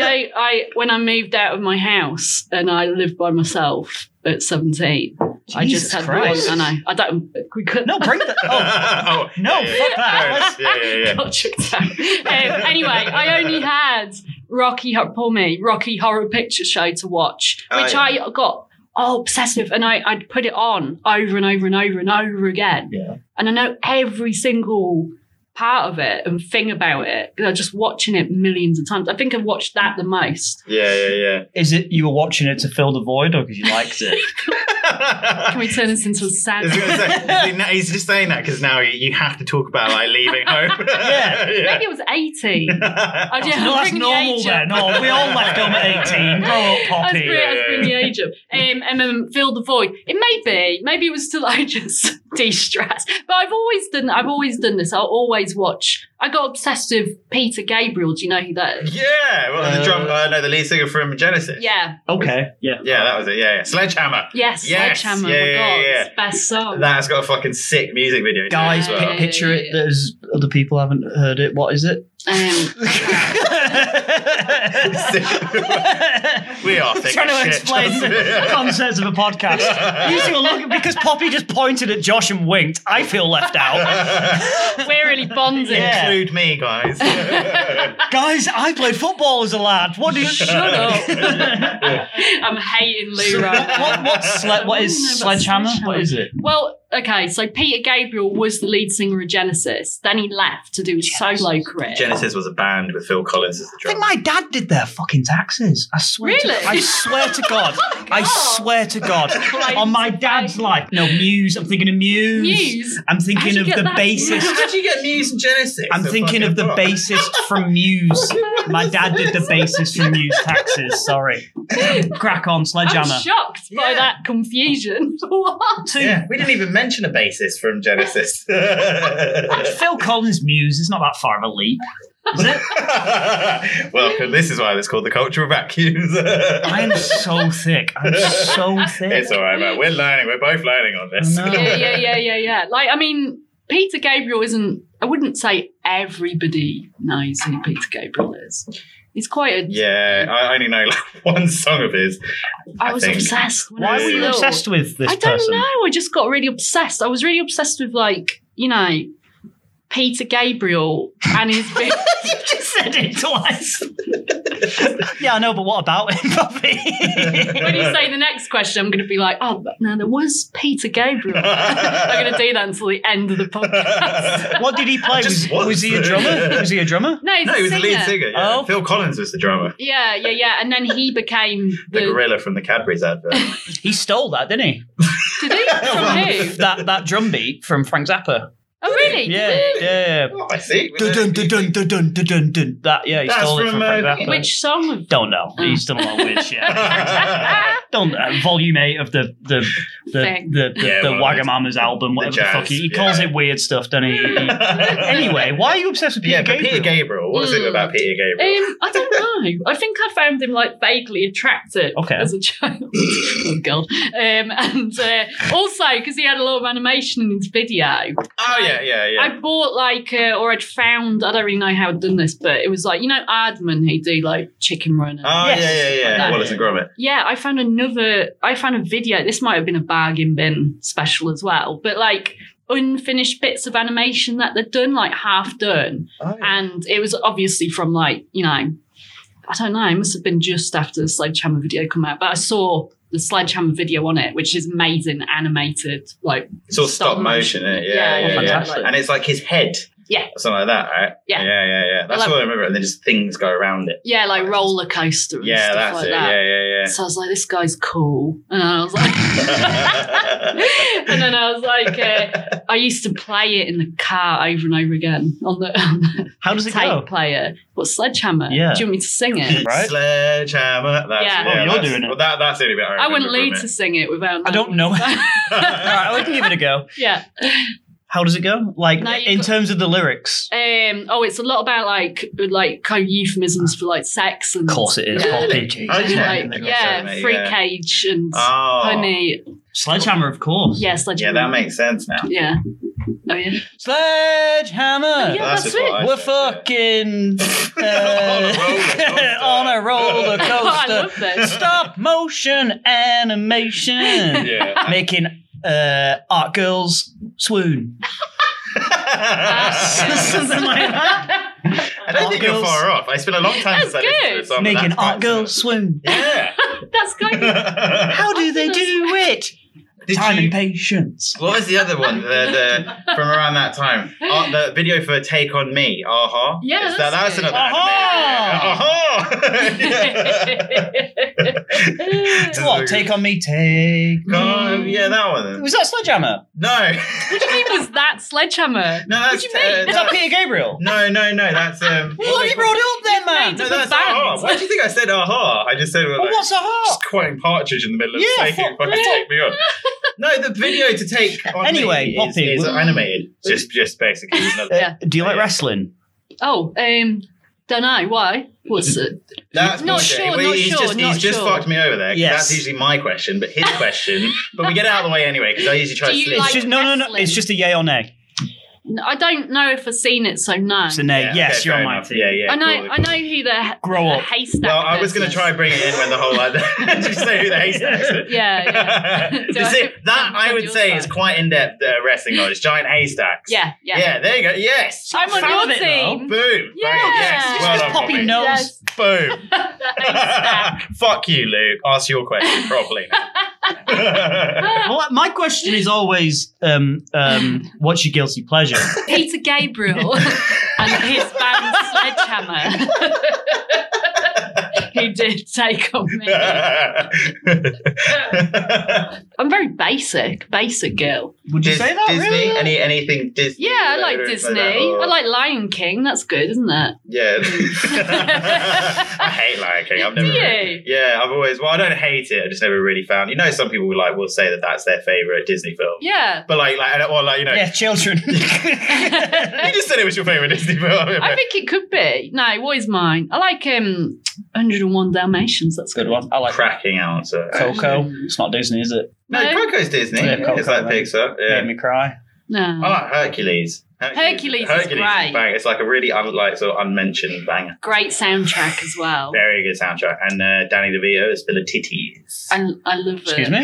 C: I when I moved out of my house and I lived by myself at 17, I just
B: Jesus
C: had
B: Christ.
C: one, and I, I don't. We couldn't.
B: No, break that. Oh,
A: [laughs] oh,
B: no,
A: yeah,
B: fuck that.
A: yeah,
B: Let's-
A: yeah, yeah,
C: [laughs]
A: yeah.
C: Got chucked out. Um, anyway, I only had Rocky Horror Poor me, Rocky Horror Picture Show to watch,
A: Oh,
C: which
A: yeah.
C: I got oh obsessed with, and I, I'd put it on over and over and over and over again.
B: Yeah.
C: And I know every single part of it and thing about it. 'cause I'm just watching it millions of times. I think I've watched that the most.
A: yeah, yeah, yeah.
B: Is it you were watching it to fill the void or because you liked
C: [laughs]
B: it?
A: [laughs]
C: Can we turn this into a
A: I
C: sad?
A: was gonna say, he's- he's just saying that because now you, you have to talk about like leaving home. [laughs]
B: Yeah. Oh,
C: Maybe it was 18.
A: yeah.
C: I just
B: no, that's
C: bring the
B: normal
C: age
B: there.
C: up.
B: No, we all left
C: [laughs]
B: film at 18. Grow up,
C: I was
B: Poppy.
C: bringing, I was bringing the
B: [laughs]
C: age up. Um, and then fill the void. It may be, maybe it was till [laughs] I just de-stress. But I've always done, I've always done this. I'll always watch. I got obsessed with Peter Gabriel. Do you know who that is?
A: [laughs] Yeah, well, the drum. Uh, no, the lead singer from Genesis.
C: Yeah.
B: Okay. Yeah.
A: yeah, that was it. Yeah, yeah. Sledgehammer.
C: Yes.
A: Yes.
C: Sledgehammer.
A: Yeah,
C: my
A: yeah,
C: God.
A: yeah.
C: It's best song.
A: That's got a fucking sick music video. to it as
B: Guys, pi-
A: well.
C: yeah,
B: picture
C: yeah,
A: [laughs]
B: [laughs] it. There's other people haven't heard it. What is it?
C: um,
A: we are thick
B: [laughs] trying
A: as
B: to
A: shit. [laughs]
B: explain the concepts of a podcast. You two are looking because Poppy just pointed at Josh and winked. I feel left
A: [laughs]
B: out, [laughs]
C: We're really bonding.
B: Yeah.
A: Include me, [laughs] guys.
B: guys. I played football as a lad. What do you? [laughs]
C: Shut up. [laughs] I'm hating Lou right now.
B: What, what's sle- what
C: I don't know
B: is
C: about
B: sledgehammer?
C: sledgehammer.
B: What is it?
C: Well, okay, so Peter Gabriel was the lead singer of Genesis. Then he left to do his solo career.
A: Genesis was a band with Phil Collins as the
B: I think
A: drummer.
B: my dad did their fucking taxes. I swear.
C: Really?
B: To, I swear to God. I swear to God. On my dad's life. No, Muse. I'm thinking of Muse. [laughs]
C: Muse.
B: I'm
C: How'd
B: thinking
C: you
B: of
C: get
B: the
C: that?
B: bassist.
A: How'd you get Muse and Genesis?
B: I'm
A: The
B: thinking of the
A: fucking rock.
B: bassist from Muse. My dad did the bassist from Muse taxes. Sorry. Crack on, sledgehammer.
C: I'm shocked by
A: Yeah.
C: that confusion. [laughs] what?
A: Yeah, we didn't even mention a bassist from Genesis.
B: [laughs] Phil Collins Muse is not that far of a leap.
A: well, this is why it's called the cultural vacuums. [laughs]
B: I am so thick. I'm so thick.
A: it's all right, man. We're learning. We're both learning on this.
B: I know.
C: Yeah, yeah, yeah, yeah, yeah. Like, I mean, Peter Gabriel isn't, I wouldn't say everybody knows who Peter Gabriel is. He's quite a. I
A: Yeah, I only know like [laughs] one song of his. I
C: was
A: think.
C: obsessed. When I
B: Why
C: was
B: were you
C: little.
B: obsessed with this
C: I don't
B: person?
C: know. I just got really obsessed. I was really obsessed with like you know Peter Gabriel and
B: [laughs]
C: his big.
B: you just said it twice. yeah, I know, but what about him, [laughs] Bobby?
C: when you say the next question, I'm going to be like, oh but no, there was
A: [laughs]
C: Peter Gabriel. I'm going to do that until the end of the podcast.
A: [laughs]
B: what did he play?
A: Just
B: was, was he a
A: once.
B: drummer? Was he a drummer?
C: No, he's
A: No,
C: a
A: he was the
C: singer.
A: lead singer. Yeah.
B: Oh.
A: Phil Collins was the drummer.
C: Yeah, yeah, yeah. And then he became
A: The
C: the.
A: gorilla from the Cadbury's advert.
B: He stole that, didn't he?
C: Did he? From who?
B: That that drum beat from Frank Zappa.
C: Oh, really?
B: Yeah,
C: Did
B: yeah.
A: [laughs] oh, I see.
B: Dun, dun, dun, dun, dun, dun, dun, dun, dun. That yeah, he
A: That's
B: stole it
A: from,
B: from Frank
A: uh,
C: he?
B: Zappa.
C: Which song?
A: [laughs]
C: Of-
B: don't know. He's done a lot of [laughs] weird shit.
A: the
B: Don't uh, volume eight of the the the
C: Thing.
B: the, the,
A: Yeah,
B: the
A: well,
B: Wagamama's album, whatever the,
A: jazz,
B: fuck he, he
A: yeah.
B: calls it weird stuff, doesn't he? [laughs]
A: [laughs]
B: He- anyway, why are you obsessed with Peter
A: yeah, but
B: Gabriel?
A: Peter Gabriel. What was it
C: Mm.
A: about Peter Gabriel?
C: um, I don't know. I think I found him like vaguely attractive
B: Okay.
C: as a child. [laughs] oh god! Um, and uh, also because he had a lot of animation in his video,
A: oh yeah, yeah, yeah.
C: I bought like, uh, or I'd found, I don't really know how I'd done this, but it was like, you know, Aardman, he do like chicken runner.
A: Oh
B: Yes.
A: yeah, yeah, yeah.
C: Like that.
A: Wallace and Gromit.
C: yeah, I found another, I found a video. This might have been a bargain bin special as well, but like unfinished bits of animation that they'd done, like half done.
A: Oh,
B: Oh.
C: And it was obviously from like, you know, I don't know, it must have been just after the Sledgehammer video come out, but I saw the Sledgehammer video on it, which is amazing animated, like,
A: It's all stop
C: stop
A: motion, isn't it? Yeah,
C: Yeah,
A: yeah, yeah.
B: fantastic.
A: And it's like his head.
C: Yeah.
A: Or something like that, right?
C: Yeah.
A: Yeah, yeah, yeah. That's
C: Like-
A: all I remember. And then just things go around it.
C: yeah, like roller coaster and
A: Yeah,
C: stuff
A: that's
C: like
A: it.
C: that.
A: Yeah, yeah, yeah.
C: So I was like, this guy's cool. And I was like, [laughs] and then I was like, uh, I used to play it in the car over and over again on the, on the
B: How does it
C: tape
B: go?
C: player. What, Sledgehammer?
B: Yeah.
C: Do you want me to sing it?
B: [laughs] Right?
A: Sledgehammer. That's, yeah.
C: Yeah. Oh,
B: you're
A: that's-
B: doing it.
A: Well, that, that's the only bit I
C: I
A: remember.
C: wouldn't
A: from
C: lead
A: it.
C: to sing it without.
B: I don't know. All
A: [laughs]
B: right, we can give it a go.
C: [laughs] yeah.
B: How does it go? Like
C: No, you
B: in
C: got-
B: terms of the lyrics?
C: Um, oh, it's a lot about like like kind of euphemisms for like sex and.
B: Of course it is.
C: Yeah.
B: Poppy,
A: Oh,
B: Jesus.
A: yeah.
C: Like,
A: They've got so
C: yeah,
A: many,
C: free
A: yeah.
C: cage and
A: Oh.
C: honey.
B: Sledgehammer, of course.
C: Yeah,
A: Yeah,
C: Sledgehammer.
A: that makes sense now.
C: Yeah. Oh yeah.
B: Sledgehammer.
C: Yeah, that's
A: just what
C: it.
A: I
B: We're
A: said, yeah.
B: fucking uh,
A: [laughs] On
B: on a
A: a
B: roller
A: roller
C: [laughs] I
B: coaster.
C: love this.
B: Stop motion animation.
A: [laughs] Yeah.
B: Making uh, art girls swoon.
A: Oh,
B: Something like that.
A: I don't think you're
B: Girls.
A: far off. I spent a long time
C: That's
A: since I listened to
C: good.
A: the song. but
B: Making
A: that's quite
B: art
A: similar.
B: girls swoon.
A: Yeah. [laughs]
C: That's kind of
B: How do they do it?
A: Did
B: Time
A: you-
B: and patience.
A: What was the other one? The, the, from around that time, uh, the video for "Take on Me." Aha.
C: Yeah,
A: Is that, that's
C: that's good.
A: another.
B: Aha!
C: [laughs]
A: anime. [laughs] Yeah.
B: So what? Take on me, take.
A: Aha. yeah, that one.
B: Was that Sledgehammer?
A: No, [laughs]
C: What do you mean was that sledgehammer?
A: no, that's.
C: do you mean?
A: uh,
B: Was that
A: that-
B: Peter Gabriel?
A: no, no, no, that's um.
B: Well, you brought it up then, man.
C: made
A: No,
C: It's a
A: that's
C: band.
A: aha. Why do you think I said aha? I just said well,
B: Well,
A: like,
B: what's a heart?
A: just quoting Partridge in the middle of
B: Yeah,
A: taking
B: fuck-
A: fucking
B: yeah.
A: take me [laughs] on. No, the video to take [laughs] on
B: Anyway,
A: me is,
B: Poppy,
A: is [laughs]
B: we-
A: animated. Just, just basically. another-
C: Yeah.
B: Uh, Do you like
A: Yeah.
B: wrestling?
C: Oh, um, don't know why. What's it?
A: [laughs] That's
C: Not
A: bullshit.
C: sure,
A: Well,
C: not
A: he's
C: sure,
A: just,
C: not
A: he's just
C: sure.
A: fucked me over there. 'cause
B: Yes.
A: That's usually my question, but his question. but we get it out of the way anyway because I usually try
C: Do
A: to
C: you
A: slip.
C: like-
B: It's just, no, no, no.
C: wrestling.
B: It's just a yay or nay.
C: I don't know if I've seen it, so no.
E: So, nay, yes,
A: okay,
E: you're
A: fair
E: on my
A: enough.
E: team.
A: Yeah, yeah.
C: I know.
A: cool.
C: I know who the,
E: Grow
C: the
E: up.
C: haystack.
A: Well, I was going
C: person
A: to try and bring it in when the whole like [laughs] just say who the haystacks.
C: is. [laughs] Yeah, yeah,
A: [laughs]
C: Do
A: That's
C: I-
A: it. That I would say is quite in depth uh, wrestling knowledge. Giant haystacks.
C: yeah,
A: yeah.
C: yeah.
A: there you go. Yes.
C: I'm on
B: Fan
C: your
B: of it,
C: team.
A: Boom. Bang. Yes.
C: It's
A: Well
B: just
A: done,
B: Poppy
A: Robbie.
B: knows.
C: Yes,
A: Boom.
C: [laughs]
A: [laughs]
C: the haystack.
A: Fuck you, Luke. Ask your question properly. now. [laughs]
B: Well, my question is always, um, [laughs] um, what's your guilty pleasure?
C: Peter Gabriel and his band Sledgehammer, who did take on me. I'm very basic, basic girl.
B: Would you
A: Dis-
B: say that?
A: Disney?
B: Really?
A: Any anything Disney?
C: Yeah, I
A: related
C: like
A: that,
C: Disney.
A: or-
C: I like Lion King. That's good, isn't it?
A: Yeah. [laughs] I hate Lion King. I've
C: [laughs]
A: never.
C: Do
A: really-
C: you?
A: yeah, I've always. Well, I don't hate it. I just never really found. You know, some people will, like will say that that's their favorite Disney film.
C: Yeah.
A: But like, like, or like, you know,
B: Yeah, children.
A: [laughs] you just said it was your favorite Disney film.
C: I think it could be. No, what is mine? I like um 101 Dalmatians. That's good.
E: Good one. I like
A: cracking answer.
E: Coco. It's not Disney, is it?
A: No,
C: No.
A: Coco's Disney.
E: Yeah, Coco,
A: it's like
E: man.
A: Pixar. Yeah.
E: Made me cry.
C: No.
A: I like Hercules.
C: Hercules is great.
A: bang. It's like a really un- like sort of unmentioned banger.
C: Great soundtrack as well.
A: Very good soundtrack. And uh, Danny DeVito is full of titties. [laughs]
C: I, I love it.
E: Excuse me?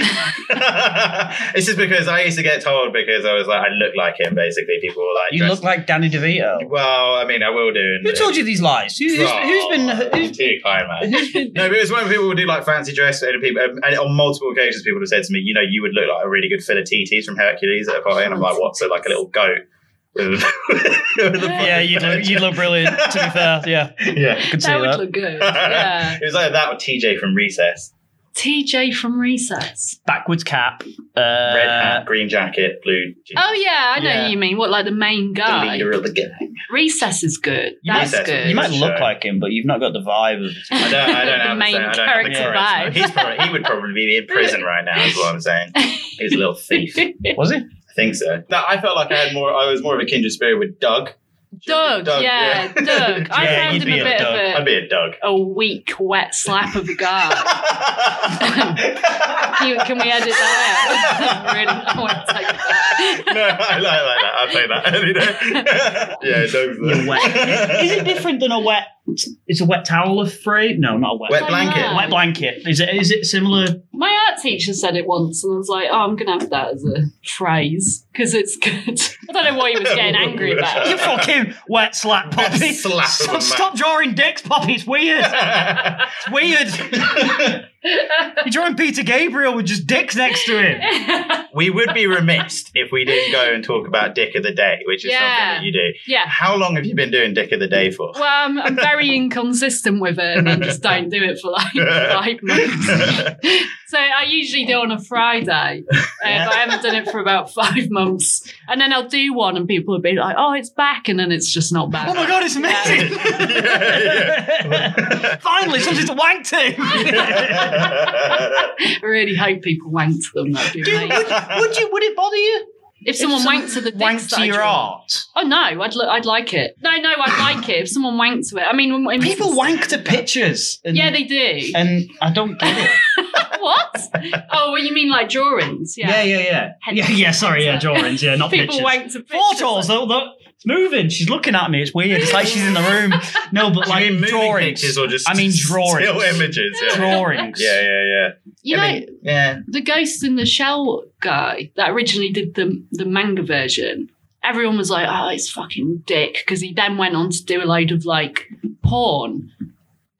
A: this is because I used to get told because I was like I look like him. Basically, people were like
E: You
A: dressed-
E: look like Danny DeVito.
A: Well, I mean, I will do. in
E: Who
A: the-
E: told you these lies? Who, who's, who's been.
A: Oh,
E: Who's,
A: too kind, man. [laughs] No, but it was when people would do like fancy dress and people, um, and on multiple occasions, people have said to me, you know, you would look like a really good Philatites from Hercules at a party, and I'm like, what? So like a little goat. with- [laughs] with a
B: yeah, you'd look, you'd look brilliant, to be fair. Yeah.
A: yeah.
B: Could say
C: That would
B: that.
C: look good. Yeah.
A: It was like that with TJ from Recess.
C: TJ from Recess.
B: Backwards cap. Uh,
A: Red hat, green jacket, blue jeans.
C: Oh yeah, I know
B: Yeah.
C: who you mean. What like the main
A: the
C: guy?
A: leader of the gang.
C: Recess is good.
B: You
C: That's
A: Recess.
C: good.
E: You might look
A: Show.
E: like him, but you've not got the vibe
A: [laughs]
E: of.
A: I don't, I don't
C: [laughs] The
A: have
C: main
A: the same, I don't have the
C: character
A: courage.
C: vibe.
A: He's probably, he would probably be in prison right now, is what I'm
C: [laughs]
A: saying. He's a little thief.
E: Was he?
A: I think so. No, I felt like I had more. I was more of a kindred spirit with Doug.
C: Doug, yeah, Doug. I
B: Yeah,
C: found
B: you'd
C: him
B: be
C: a
B: a
C: bit
B: Doug.
A: [laughs] I'd
C: of
A: be a [laughs] Doug.
C: a, a weak, wet slap of a guy. Can, can we edit that out? [laughs] really, I want to take that.
A: no, I like, I like that. I'll take that. You know? [laughs]
C: [laughs]
A: yeah, Doug's
B: You're wet.
A: the-
B: is it different than a wet? Is a wet towel a phrase? No, not a wet.
A: Wet blanket.
C: Yeah.
B: Wet blanket. Is it? Is it similar? [laughs]
C: My art teacher said it once, and I was like, "Oh, I'm gonna have that as a phrase because it's good." [laughs] I don't know what he was getting angry
A: [laughs]
B: You
C: about. [laughs]
B: fucking wet slap, Poppy.
A: slap of a
B: stop,
A: man.
B: stop drawing dicks, Poppy. It's weird. It's weird. You're drawing Peter Gabriel with just dicks next to him.
A: [laughs] we would be remiss if we didn't go and talk about Dick of the Day, which is
C: Yeah.
A: something that you do.
C: yeah.
A: How long have you been doing Dick of the Day for? [laughs]
C: Well, I'm, I'm very inconsistent with it, and I just don't do it for
B: [laughs]
C: like five months. So I usually do on a Friday, uh, but I haven't done it for about five months. And then I'll do one, and people will be like, "Oh, it's back," and then it's just not back.
B: Oh my god, it's [laughs] amazing.
C: [laughs]
B: Finally, something to
A: [laughs]
B: wank to.
C: I really hope people wank to them. That'd be
B: Do-
C: amazing.
B: would you? Would it bother you?
C: If someone
B: someone
C: wanked to the dicks
B: Wank
C: that I
B: to your
C: draw-
B: art.
C: Oh no, I'd li- I'd like it. No, no, I'd like it if someone wanked to it. I mean, when,
B: People wank to pictures. And,
C: Yeah, they do.
B: and I don't get it.
C: what? Oh, well, you mean like drawings?
B: Yeah,
C: Yeah.
B: yeah, yeah.
C: Head-
B: Yeah, yeah, sorry, yeah, drawings, yeah, not
C: people
B: pictures.
C: wank to pictures.
B: Portals, though, though, it's moving. She's looking at me. It's weird. It's like she's in the room. No,
A: [laughs]
B: but
A: I
B: like
A: mean, moving
B: drawings.
A: pictures or just
B: I mean drawings.
A: still images. Yeah.
B: [laughs] Drawings.
A: Yeah, yeah, yeah.
C: You know,
A: I mean,
B: [laughs]
A: yeah.
C: the Ghost in the Shell guy that originally did the the manga version, everyone was like, "Oh, it's fucking dick," because he then went on to do a load of like porn.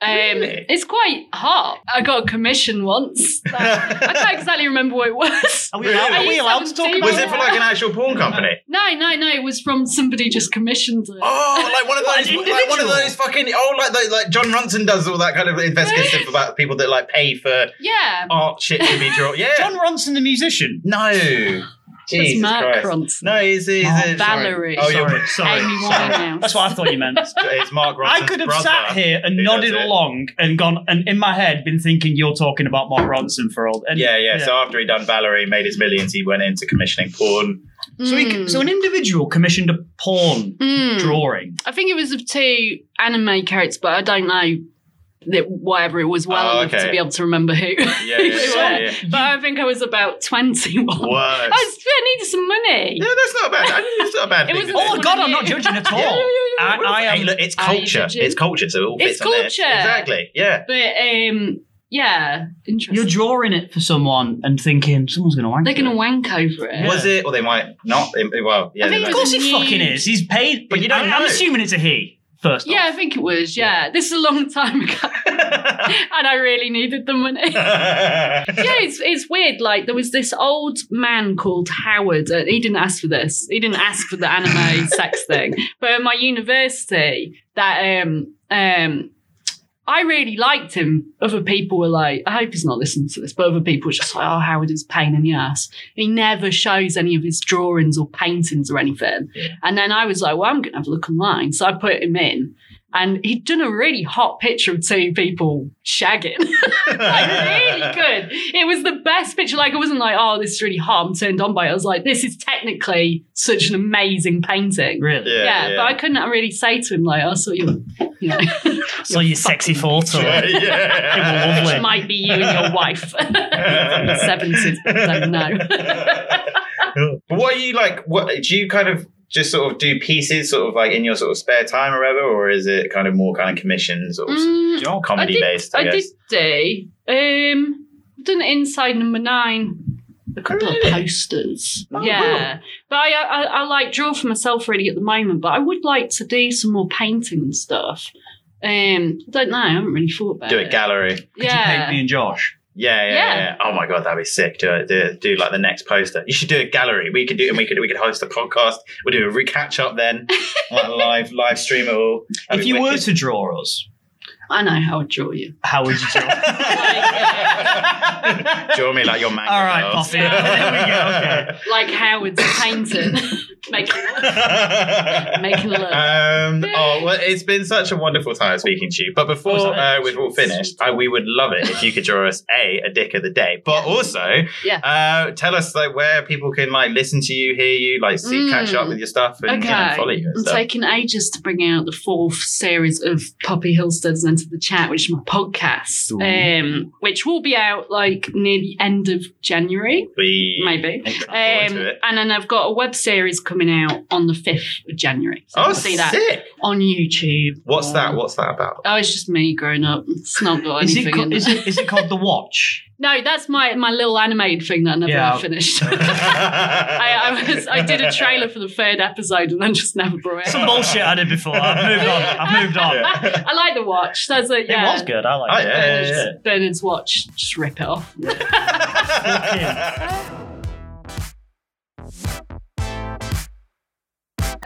C: Um,
A: Really?
C: It's quite hot. I got a commission once.
A: [laughs]
C: that- I can't exactly remember what it was.
B: Are we allowed,
A: Really?
B: are we allowed to talk
C: Seventeen.
B: about
A: Was it for like an actual porn company?
C: No, no, no. It was from somebody just commissioned it.
A: [laughs] Oh, like one of
B: What,
A: those,
B: an
A: like one of
B: individual?
A: those fucking oh, like those, like John Ronson does all that kind of investigative stuff about people that like pay for
C: Yeah,
A: art shit to
B: [laughs]
A: be drawn. Yeah,
B: John Ronson, the musician?
A: no,
C: it's
A: Jesus
C: Mark
A: Christ.
C: Ronson.
A: No, he's, he's
B: Oh,
A: sorry.
C: Valerie.
A: Oh, you're [laughs]
B: Sorry, sorry.
C: Amy
B: sorry.
C: Winehouse.
B: That's what I thought you meant.
A: It's Mark Ronson's
B: [laughs] I could have
A: brother.
B: sat here and
A: He does
B: nodded
A: it.
B: along and gone, and in my head, been thinking you're talking about Mark Ronson for all. And
A: Yeah, yeah,
B: Yeah.
A: So after he done Valerie, made his millions, he went into commissioning porn.
B: So, he, c- so an individual commissioned a porn
C: Mm.
A: Hmm.
B: drawing.
C: I think it was of two anime characters, but I don't know that whatever it was well
A: Oh,
C: enough
A: okay.
C: to be able to remember who.
A: [laughs] Yeah, yeah, yeah, yeah.
C: But I think I was about 21.
A: Worse.
C: I, was, I needed some money.
A: Yeah, that's not bad. I mean, it's not a bad
C: It
A: thing.
C: was
A: is
C: a-
A: it?
B: Oh God, I'm not judging
A: [laughs]
B: at all.
C: [laughs]
A: Yeah, yeah,
B: I, I
A: Hey,
B: am.
A: look, it's
C: I
A: culture.
C: judge it.
A: It's culture, so it all fits
C: It's
A: on there.
C: culture.
A: Exactly. Yeah.
C: But um, yeah, interesting.
B: You're drawing it for someone and thinking someone's gonna wank.
C: They're going
B: it.
C: to wank over it.
A: Was it? Or they might not. It- Well, yeah.
C: I
A: they
C: think
A: might-
B: Of course,
C: It's a
B: he
C: new-
B: fucking is. He's paid.
A: But you don't
B: I'm, I'm
A: know.
B: assuming it's a he. First.
C: Yeah, I
B: Off.
C: think it was. Yeah, this is a long time ago, [laughs]
A: [laughs]
C: and I really needed the money. yeah, it's, it's weird. Like there was this old man called Howard. Uh, he didn't ask for this. He didn't ask for the anime sex thing. But at my university, that um um. I really liked him. Other people were like, I hope he's not listening to this, but other people were just like, oh, Howard is a pain in the ass. He never shows any of his drawings or paintings or anything. And then I was like, well, I'm going to have a look online. So I put him in, and he'd done a really hot picture of two people shagging like
A: [laughs]
C: really good. It was the best picture. Like I wasn't like, oh, this is really hot. I'm turned on by it. I was like, this is technically such an amazing painting.
B: Really.
A: Yeah,
C: Yeah,
A: yeah.
C: but
A: [laughs]
C: I couldn't really say to him like, I saw you, you know,
B: So you sexy photo.
A: Yeah, yeah.
B: Lovely.
C: which might be you and your wife [laughs] from the seventies. Don't know.
A: [laughs] But what are you like? What do you kind of just sort of do pieces, sort of like in your sort of spare time or whatever, or is it kind of more kind of commissions or
C: Mm,
A: comedy
C: I did-
A: based? I,
C: I
A: guess.
C: did do. Um, I've done Inside Number Nine. A couple
A: Really?
C: of posters,
A: Oh,
C: yeah. But I, I, I like draw for myself really at the moment. But I would like to do some more painting and stuff. Um, I don't know. I haven't really thought about
A: Do
C: it.
A: it gallery.
B: Could you paint
C: yeah,
B: me and Josh?
A: Yeah, yeah,
C: Yeah.
A: yeah, Oh my god, that'd be sick. Do it. Do, it- do like the next poster. You should do a gallery. We could do, and we could we could host a podcast. We'll do a recatch up then, like a live live stream it all. That'd
B: if
A: be
B: you
A: [laughs]
B: were
A: wicked.
B: to draw us,
C: I know how I draw you.
B: how would you draw?
C: [laughs]
A: Draw me like your manga.
B: All right,
A: girls.
B: Buffy.
A: [laughs]
B: There we go. Okay.
C: Like Howard's painting, [laughs]
B: [laughs]
C: making
A: [laughs]
C: making a look. [laughs]
A: Um, oh, well, it's been such a wonderful time speaking to you. But before
B: Oh,
A: uh,
B: sorry.
A: we've all finished, uh, we would love it if you could draw us a a dick of the day, but also
C: Yeah.
A: uh, tell us like where people can like listen to you, hear you, like see, catch
C: Mm.
A: up with your stuff, and you know,
C: Okay.
A: follow you. And
C: I'm
A: stuff.
C: taking ages to bring out the fourth series of Poppy Hillstead's Enter the Chat, which is my podcast, um, which will be out like near the end of January,
A: we
C: maybe.
A: look forward
C: Um,
A: to it.
C: and then I've got a web series coming out on the 5th of January. So you
A: Oh,
C: can see that
A: sick!
C: on YouTube.
A: What's
C: Um,
A: that? What's that about?
C: Oh, it's just me growing up. It's not got
B: Is it,
C: anything
B: co-
C: in
B: is,
C: it.
B: it, is it called The Watch?
C: No, that's my, my little animated thing that I never
B: Yeah.
C: finished. [laughs] [laughs] I,
A: I,
C: I, was, I did a trailer for the third episode and then just never brought it
B: Some
C: out.
B: bullshit I did before. I've moved on. I've moved on.
C: I like the watch. So I was like, yeah.
B: It was good. I
A: Oh
B: like it.
A: yeah, yeah, yeah.
C: Bernard's watch, just rip it off.
A: [laughs]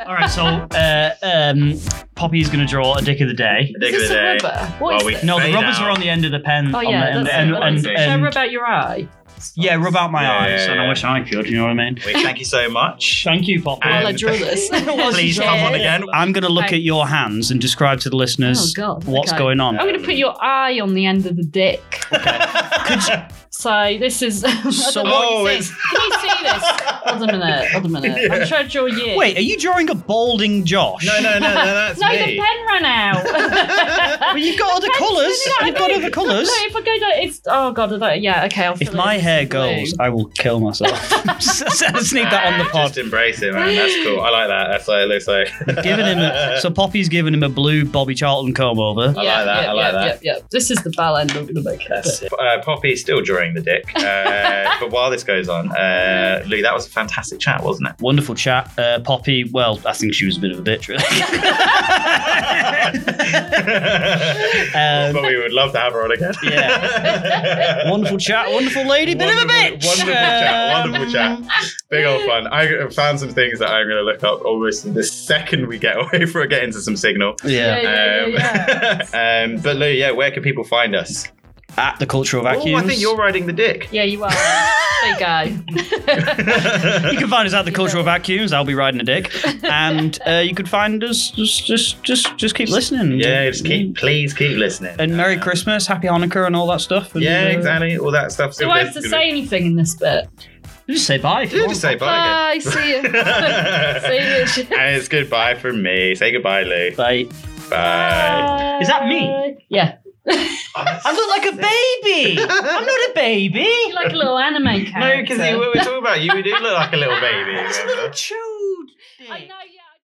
B: All right, so uh, um, Poppy is going to draw a dick of the day.
A: Dick of the
C: is this a
A: day.
C: rubber? What
A: Well,
C: is
A: we-
C: this?
B: No, the
A: Fade
B: rubbers
A: out.
B: are on the end of the pen.
C: Oh
B: on
C: yeah,
B: the end,
C: that's
B: and,
C: it.
B: and,
C: Should I
B: and-
C: rub out your eye?
B: yeah, rub out my
A: Yeah,
B: eyes,
A: yeah,
B: and I
A: yeah.
B: wish I could. You know what I mean?
A: We thank you so
C: [laughs]
A: much.
B: Thank you, Poppy.
A: And-
C: While I
B: [laughs]
C: draw this.
A: Please come on again.
B: I'm going to look
C: Okay.
B: at your hands and describe to the listeners
C: Oh, God.
B: what's
C: Okay.
B: going on.
C: I'm going to put your eye on the end of the dick.
A: [laughs]
C: So this is. [laughs] I don't
B: So-
C: know what
A: Oh,
C: you see. Can you see this? Hold on a minute. Hold on a
B: [laughs]
C: minute. I'm trying to draw you.
B: Wait, are you drawing a balding Josh?
A: No, no, no, no, that's
C: No, the
A: me.
C: pen ran [laughs] out.
B: Well, you've got other colours.
C: No,
B: You've got
C: no,
B: other colours.
C: No, if I go down, it's oh god, I don't, yeah, okay. I'll
B: If
C: fill it
B: my
C: in.
B: hair
C: Blue.
B: goes, I will kill myself. [laughs] Just need that on the pod.
A: Just embrace it, man. That's cool. I like that. That's what it looks like.
B: [laughs] Giving
A: [laughs]
B: him a, so Poppy's giving him a blue Bobby Charlton comb over.
A: I like that, I like that.
C: Yeah, yeah. This is the bell end I'm gonna make.
A: That's it. Uh, Poppy is still drawing the dick.
B: [laughs]
A: Uh, but while this goes on, uh, Lou, that was a fantastic chat,
B: [laughs]
A: wasn't it?
B: Wonderful chat, uh, Poppy. Well, I think she was a bit of a bitch, really. [laughs] Um,
A: but we would love to have her on again. [laughs] Yeah.
B: wonderful chat, wonderful lady, bit of a
A: Wonderful-
B: bitch.
A: Wonderful chat.
B: Um,
A: Wonderful chat. Big old fun. I found some things that I'm going to look up almost the second we get [laughs] away from get into some signal.
B: Yeah,
A: Um, [laughs] um, but Lou, yeah, where can people find us?
B: at the cultural
A: Oh,
B: vacuums.
A: I think you're riding the dick.
C: Yeah, you are. there you go.
B: You can find us at [laughs] the cultural vacuums. I'll be riding a dick, and uh, you can find us. Just, just, just, just keep
A: [laughs]
B: listening.
A: yeah, just keep, please keep listening.
B: And Merry Christmas, Happy Hanukkah, and all that stuff. And,
A: Yeah,
B: uh,
A: exactly. All that stuff.
C: Do I have to say anything in this bit?
B: Just say bye. if you
A: Yeah,
B: want.
A: just say bye.
C: Bye, see
A: [laughs]
C: you.
A: again. [laughs]
C: see you.
A: and it's goodbye from me. Say goodbye, Lou.
B: Bye.
A: Bye.
B: Is that me?
C: Yeah.
B: I
A: [laughs]
B: look like a baby. I'm not a baby.
C: You're like
B: [laughs]
C: a little anime character.
A: [laughs] No, because we were talking about you. You do look like a little baby.
B: It's a little chode.
C: I know,